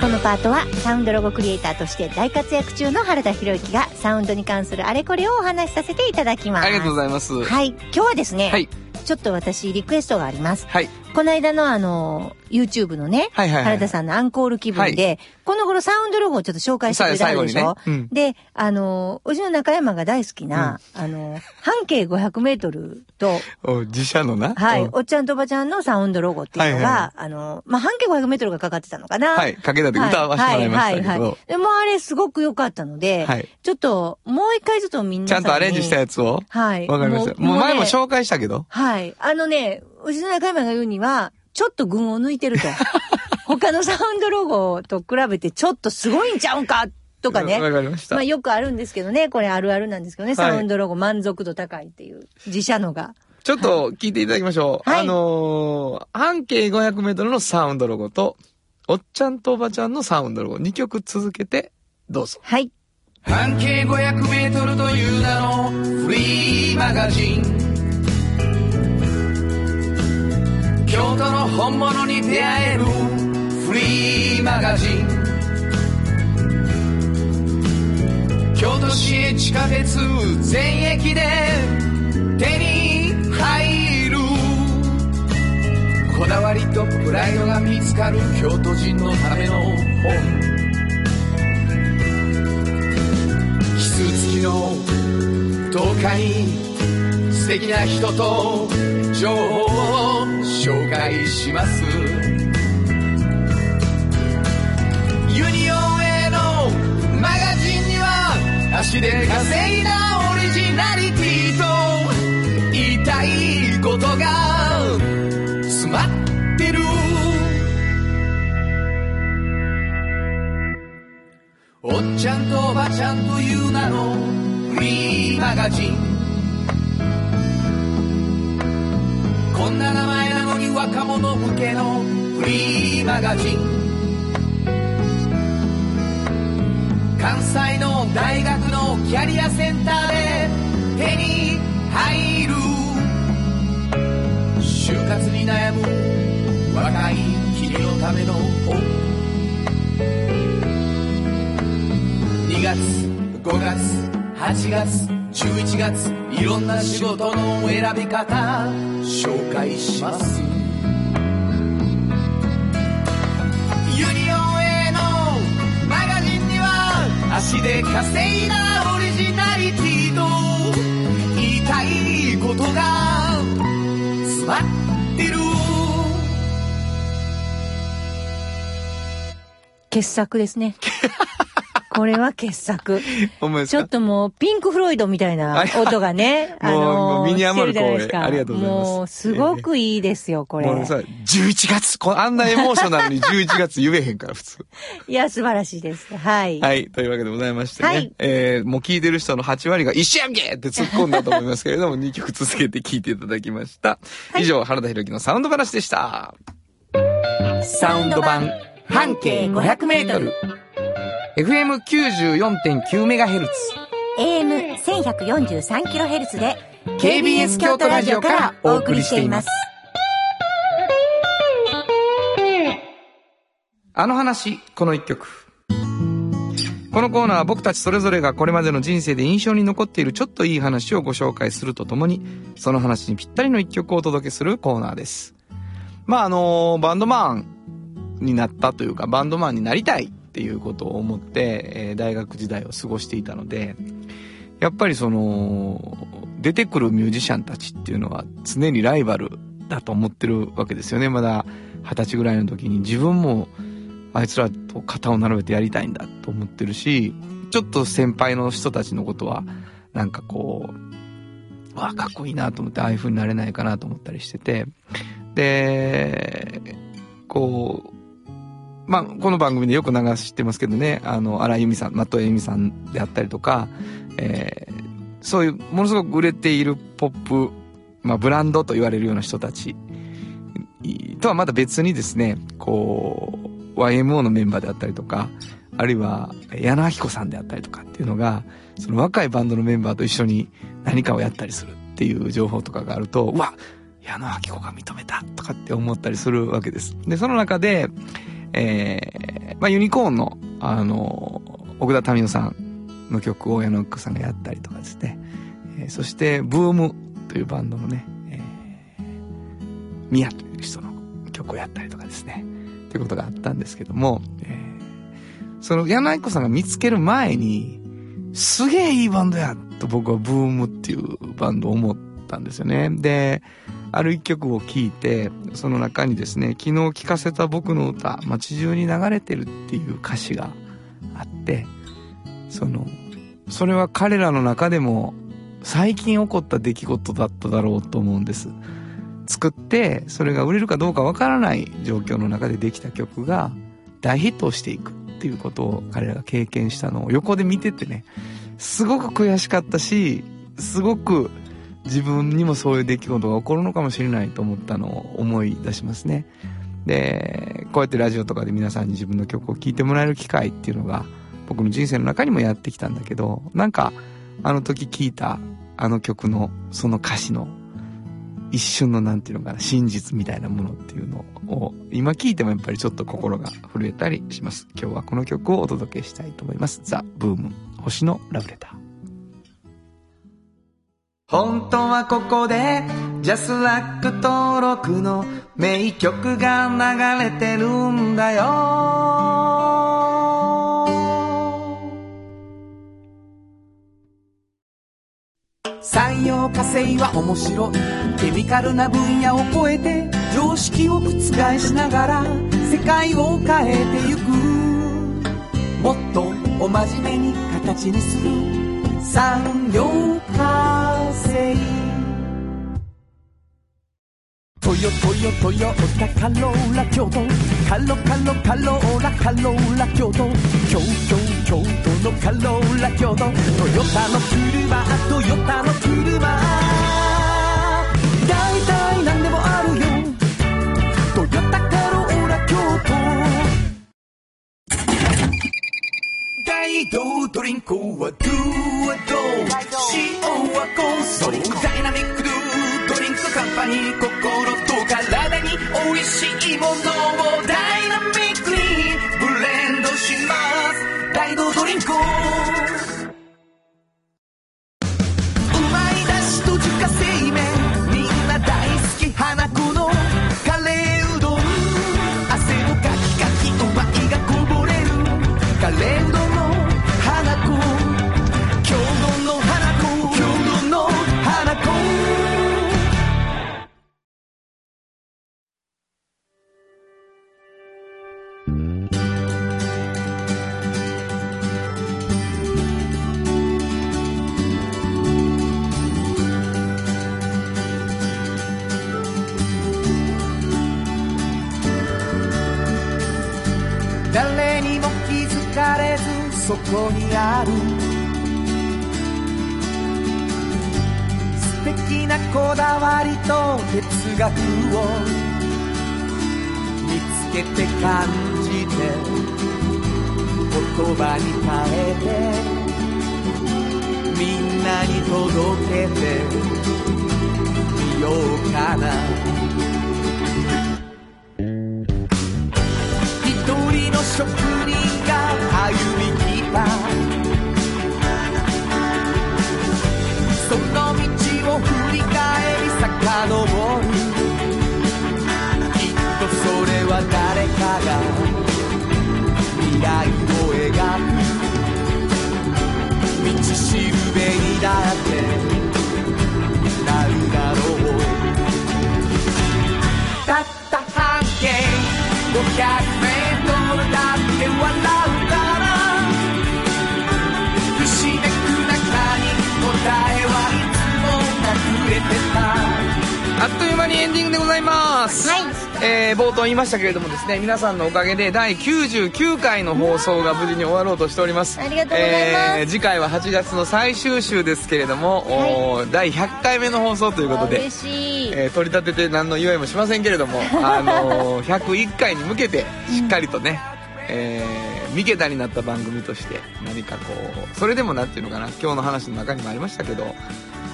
[SPEAKER 3] このパートはサウンドロゴクリエイターとして大活躍中の原田博之がサウンドに関するあれこれをお話しさせていただきます
[SPEAKER 2] ありがとうございます。は
[SPEAKER 3] はい今日はですね、
[SPEAKER 2] い。
[SPEAKER 3] ちょっと私リクエストがあります
[SPEAKER 2] はい。
[SPEAKER 3] この間のあの YouTube のね、
[SPEAKER 2] はいはいはい
[SPEAKER 3] 原田さんのアンコール気分で、この頃サウンドロゴをちょっと紹介してくれたでし
[SPEAKER 2] さ
[SPEAKER 3] ょ、
[SPEAKER 2] 最後にねうん
[SPEAKER 3] で、あの、うちの中山が大好きな、あの、半径500メートルと、
[SPEAKER 2] お自社のな。
[SPEAKER 3] はい、
[SPEAKER 2] うん
[SPEAKER 3] おっちゃんとおばちゃんのサウンドロゴっていうのが、
[SPEAKER 2] はいは
[SPEAKER 3] あの、まあ、半径500メートルがかかってたのかな。
[SPEAKER 2] はい。かけたで歌わせてもらい
[SPEAKER 3] ははい
[SPEAKER 2] ましたけど。はい
[SPEAKER 3] はい、でもうあれすごく良かったので、
[SPEAKER 2] はい
[SPEAKER 3] ちょっともう一回ちょっとみんな
[SPEAKER 2] ち
[SPEAKER 3] さ
[SPEAKER 2] ゃ
[SPEAKER 3] ん
[SPEAKER 2] ん
[SPEAKER 3] に
[SPEAKER 2] とアレンジしたやつを。
[SPEAKER 3] はい。
[SPEAKER 2] わかりました。もう前も
[SPEAKER 3] ね
[SPEAKER 2] 紹介したけど。
[SPEAKER 3] はい。あのね、うちの中山が言うには、ちょっと群を抜いて ると。他のサウンドロゴと比べてちょっとすごいんちゃうんかとかね。
[SPEAKER 2] わかりました。
[SPEAKER 3] まあよくあるんですけどね、これあるあるなんですけどね、
[SPEAKER 2] はい
[SPEAKER 3] サウンドロゴ満足度高いっていう自社のが。
[SPEAKER 2] ちょっと聞いていただきましょう。
[SPEAKER 3] はい
[SPEAKER 2] あのー半径500メートルのサウンドロゴと、おっちゃんとおばちゃんのサウンドロゴ、2曲続けて、どうぞ。
[SPEAKER 3] はい。
[SPEAKER 4] 半径500メートルという名のフリーマガジン京都の本物に出会えるフリーマガジン京都市営地下鉄全駅で手に入るこだわりとプライドが見つかる京都人のための本キス付きの10日に素敵な人と情報を紹介しますユニオンへのマガジンには足で稼いだオリジナリティと言いたいことが詰まってるおっちゃんとおばちゃんという名のフリーマガジンこんな名前なのに若者向けのフリーマガジン関西の大学のキャリアセンターで手に入る就活に悩む若い君のための本2月5月8月11月いろんな仕事の選び方紹介しますユニオンへのマガジンには足で稼いだオリジナリティと言いたいことが詰まってる
[SPEAKER 3] 傑作ですね。これは傑作。
[SPEAKER 2] お前です
[SPEAKER 3] ちょっ
[SPEAKER 2] か
[SPEAKER 3] ともう、ピンク・フロイドみたいな音がね、
[SPEAKER 2] ありがとう もうもう身に余る
[SPEAKER 3] してじゃないですか
[SPEAKER 2] 光栄ありがとうございます
[SPEAKER 3] もう、すごくいいですよ、これ。
[SPEAKER 2] もうさ、11月こあんなエモーショナルに11月言えへんから、普通。
[SPEAKER 3] いや、素晴らしいです。はい。
[SPEAKER 2] はい。というわけでございましてね。
[SPEAKER 3] はい
[SPEAKER 2] えー、もう聞いてる人の8割が一緒やんけって突っ込んだと思いますけれども、2曲続けて聞いていただきました。以上、原田博之のサウンド話でした。サウンド版半径500メートル。FM94.9 メガヘルツ。
[SPEAKER 3] AM1143kHz で
[SPEAKER 2] KBS 京都ラジオからお送りしています。あの話、この一曲。このコーナーは僕たちそれぞれがこれまでの人生で印象に残っているちょっといい話をご紹介するとともに、その話にぴったりの一曲をお届けするコーナーです。まああの、バンドマンになったというか、バンドマンになりたいっていうことを思って、えー大学時代を過ごしていたので、やっぱりその、出てくるミュージシャンたちっていうのは常にライバルだと思ってるわけですよね。まだ二十歳ぐらいの時に自分もあいつらと肩を並べてやりたいんだと思ってるし、ちょっと先輩の人たちのことは、なんかこう、わあ、かっこいいなと思って、ああいう風になれないかなと思ったりしてて、で、こう、まあ、この番組でよく流してますけどね、あの、荒井由美さん、松江由美さんであったりとか、えーそういう、ものすごく売れているポップ、まあ、ブランドと言われるような人たちとはまた別にですね、こう、YMO のメンバーであったりとか、あるいは、矢野明子さんであったりとかっていうのが、その若いバンドのメンバーと一緒に何かをやったりするっていう情報とかがあると、うわ矢野明子が認めたとかって思ったりするわけです。で、その中で、えー、まあユニコーンの、あの、奥田民生さんの曲を矢野明子さんがやったりとかですね。えーそして、ブームというバンドのね、えー、ミヤという人の曲をやったりとかですね。ということがあったんですけども、えーその矢野明子さんが見つける前に、すげえいいバンドやと僕はブームっていうバンドを思ったんですよね。で、ある一曲を聴いて、その中にですね、昨日聴かせた僕の歌、街中に流れてるっていう歌詞があって、その、それは彼らの中でも最近起こった出来事だっただろうと思うんです。作って、それが売れるかどうかわからない状況の中でできた曲が大ヒットをしていくっていうことを彼らが経験したのを横で見ててね、すごく悔しかったし、すごく自分にもそういう出来事が起こるのかもしれないと思ったのを思い出しますね。で、こうやってラジオとかで皆さんに自分の曲を聴いてもらえる機会っていうのが僕の人生の中にもやってきたんだけど、なんかあの時聴いたあの曲のその歌詞の一瞬のなんていうのかな、真実みたいなものっていうのを今聴いてもやっぱりちょっと心が震えたりします。今日はこの曲をお届けしたいと思います。ザ・ブーム星のラブレター。
[SPEAKER 4] 本当はここでジャスラック登録の名曲が流れてるんだよ産業化成は面白いケミカルな分野を超えて常識を覆しながら世界を変えてゆくもっとお真面目に形にする産業化成トヨトヨトヨタカローラ京都カロカロカローラカローラ京都京都京都のカローラ京都トヨタの車トヨタの車大体何でもあるよトヨタカローラ京都大道ドリンクはドゥはドゥ塩はコンソーダイナミックドゥドリンクカンパニー心と体に美味しいものをダイナミックにブレンドします大道ドリンクうまいだしと自家製麺みんな大好き花子のカレーうどん汗をかきかきうまいがこぼれるカレーうどんの花子郷土の花子郷土の花子誰にも気づかれずそこにある素敵なこだわりと哲学を見つけて感じて言葉に変えてみんなに届けてみようかな一人の職人が歩み来たその道を振り返り遡るきっとそれは誰かが未来を描く道しるべにだってなるだろうたった半径500メートルだって笑うから不思議な中に答えはいつも隠れてた
[SPEAKER 2] あっという間にエンディングでございます。えー冒頭言いましたけれどもですね、皆さんのおかげで第99回の放送が無事に終わろうとしております。
[SPEAKER 3] ありがとうございます
[SPEAKER 2] えー次回は8月の最終週ですけれども、おー第100回目の放送ということで
[SPEAKER 3] 嬉、しい。
[SPEAKER 2] えー取り立てて何の祝いもしませんけれど も、あのー101回に向けてしっかりとね、えー三桁になった番組として何かこうそれでもなんていうのかな今日の話の中にもありましたけど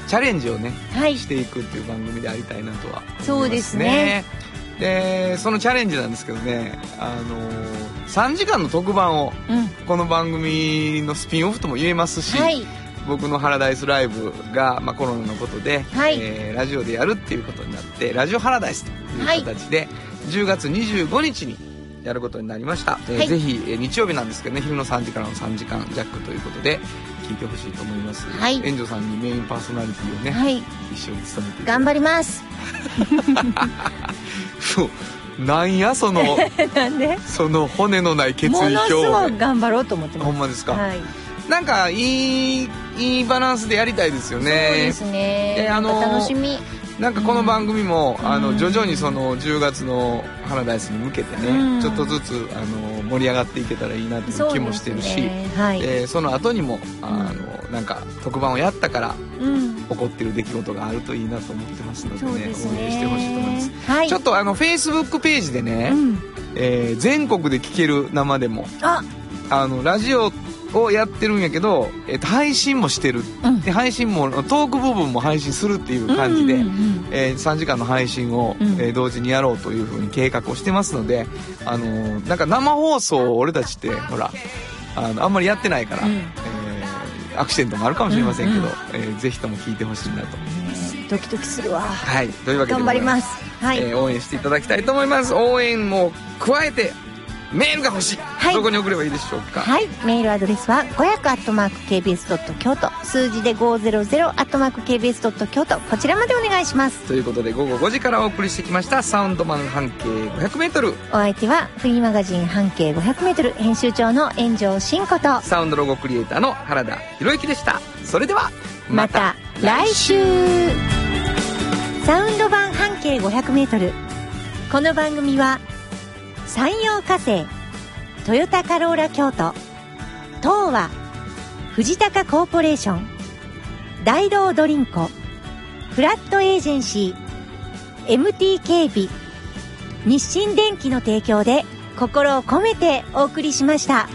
[SPEAKER 2] チャレンジをね
[SPEAKER 3] はい
[SPEAKER 2] していくっていう番組でありたいなとは思います、ね、
[SPEAKER 3] そうですね
[SPEAKER 2] でそのチャレンジなんですけどねあの3時間の特番を
[SPEAKER 3] うん
[SPEAKER 2] この番組のスピンオフとも言えますし、
[SPEAKER 3] はい
[SPEAKER 2] 僕の「ハラダイスライブが」まあ、コロナのことで、
[SPEAKER 3] はい
[SPEAKER 2] えーラジオでやるっていうことになって「ラジオハラダイス」という形で、10月25日にやることになりました、えー
[SPEAKER 3] はい
[SPEAKER 2] ぜひ、えー日曜日なんですけどね昼の3時からの3時間ジャックということで聞いてほしいと思います、
[SPEAKER 3] はい
[SPEAKER 2] 園長さんにメインパーソナリティをね、
[SPEAKER 3] はい
[SPEAKER 2] 一緒に務めてい
[SPEAKER 3] 頑
[SPEAKER 2] 張
[SPEAKER 3] 張ります
[SPEAKER 2] そうなんやそ の
[SPEAKER 3] なんで
[SPEAKER 2] その骨のない決意
[SPEAKER 3] ものすごい
[SPEAKER 2] 表
[SPEAKER 3] 頑張ろうと思って
[SPEAKER 2] ほ
[SPEAKER 3] ま
[SPEAKER 2] んまです
[SPEAKER 3] す
[SPEAKER 2] か、
[SPEAKER 3] はい
[SPEAKER 2] なんかいいいいバランスでやりたいですよ
[SPEAKER 3] そうで
[SPEAKER 2] ね
[SPEAKER 3] すね
[SPEAKER 2] であのー
[SPEAKER 3] また楽しみ
[SPEAKER 2] なんかこの番組も、
[SPEAKER 3] うん
[SPEAKER 2] あの徐々にその10月の「ハラダイス」に向けてね、
[SPEAKER 3] うん
[SPEAKER 2] ちょっとずつあの盛り上がっていけたらいいなという気もしてる
[SPEAKER 3] そう
[SPEAKER 2] し
[SPEAKER 3] です
[SPEAKER 2] そ,、
[SPEAKER 3] ねはい
[SPEAKER 2] えーその後にもあのなんか特番をやったから
[SPEAKER 3] うん
[SPEAKER 2] 起こってる出来事があるといいなと思ってますので
[SPEAKER 3] そう
[SPEAKER 2] ね
[SPEAKER 3] です
[SPEAKER 2] 応
[SPEAKER 3] ね
[SPEAKER 2] 援してほしいと思います、
[SPEAKER 3] はい
[SPEAKER 2] ちょっとあのフェイスブックページでね、
[SPEAKER 3] うん
[SPEAKER 2] えー全国で聴ける生でも
[SPEAKER 3] あ
[SPEAKER 2] あのラジオをやってるんやけど、えっと配信もしてる、
[SPEAKER 3] うん
[SPEAKER 2] で配信もトーク部分も配信するっていう感じで、
[SPEAKER 3] うんうんうん
[SPEAKER 2] えー3時間の配信を、
[SPEAKER 3] うん
[SPEAKER 2] えー同時にやろうというふうに計画をしてますので、あのーなんか生放送を俺たちってほらあのあんまりやってないから、
[SPEAKER 3] うん
[SPEAKER 2] えーアクシデントもあるかもしれませんけど、
[SPEAKER 3] うんうん
[SPEAKER 2] えーぜひとも聞いてほしいなと。
[SPEAKER 3] ドキドキするわ
[SPEAKER 2] はい、というわけで
[SPEAKER 3] 頑張りますはい、
[SPEAKER 2] えー応援していただきたいと思います応援も加えてメールが欲しい、
[SPEAKER 3] い
[SPEAKER 2] どこに送ればいいでしょうか、
[SPEAKER 3] はいメールアドレスは500 k b s k y o t 数字で500 k b s k y o t こちらまでお願いします
[SPEAKER 2] ということで午後5時からお送りしてきましたサウンドマン半径 500m
[SPEAKER 3] お相手はフリーマガジン半径 500m 編集長の炎上真子と
[SPEAKER 2] サウンドロゴクリエイターの原田博之でしたそれでは
[SPEAKER 3] また来週サウンド版半径 500m この番組は山陽火星トヨタカローラ京都東和藤高コーポレーション大道ドリンコフラットエージェンシー MT 警備日清電機の提供で心を込めてお送りしました。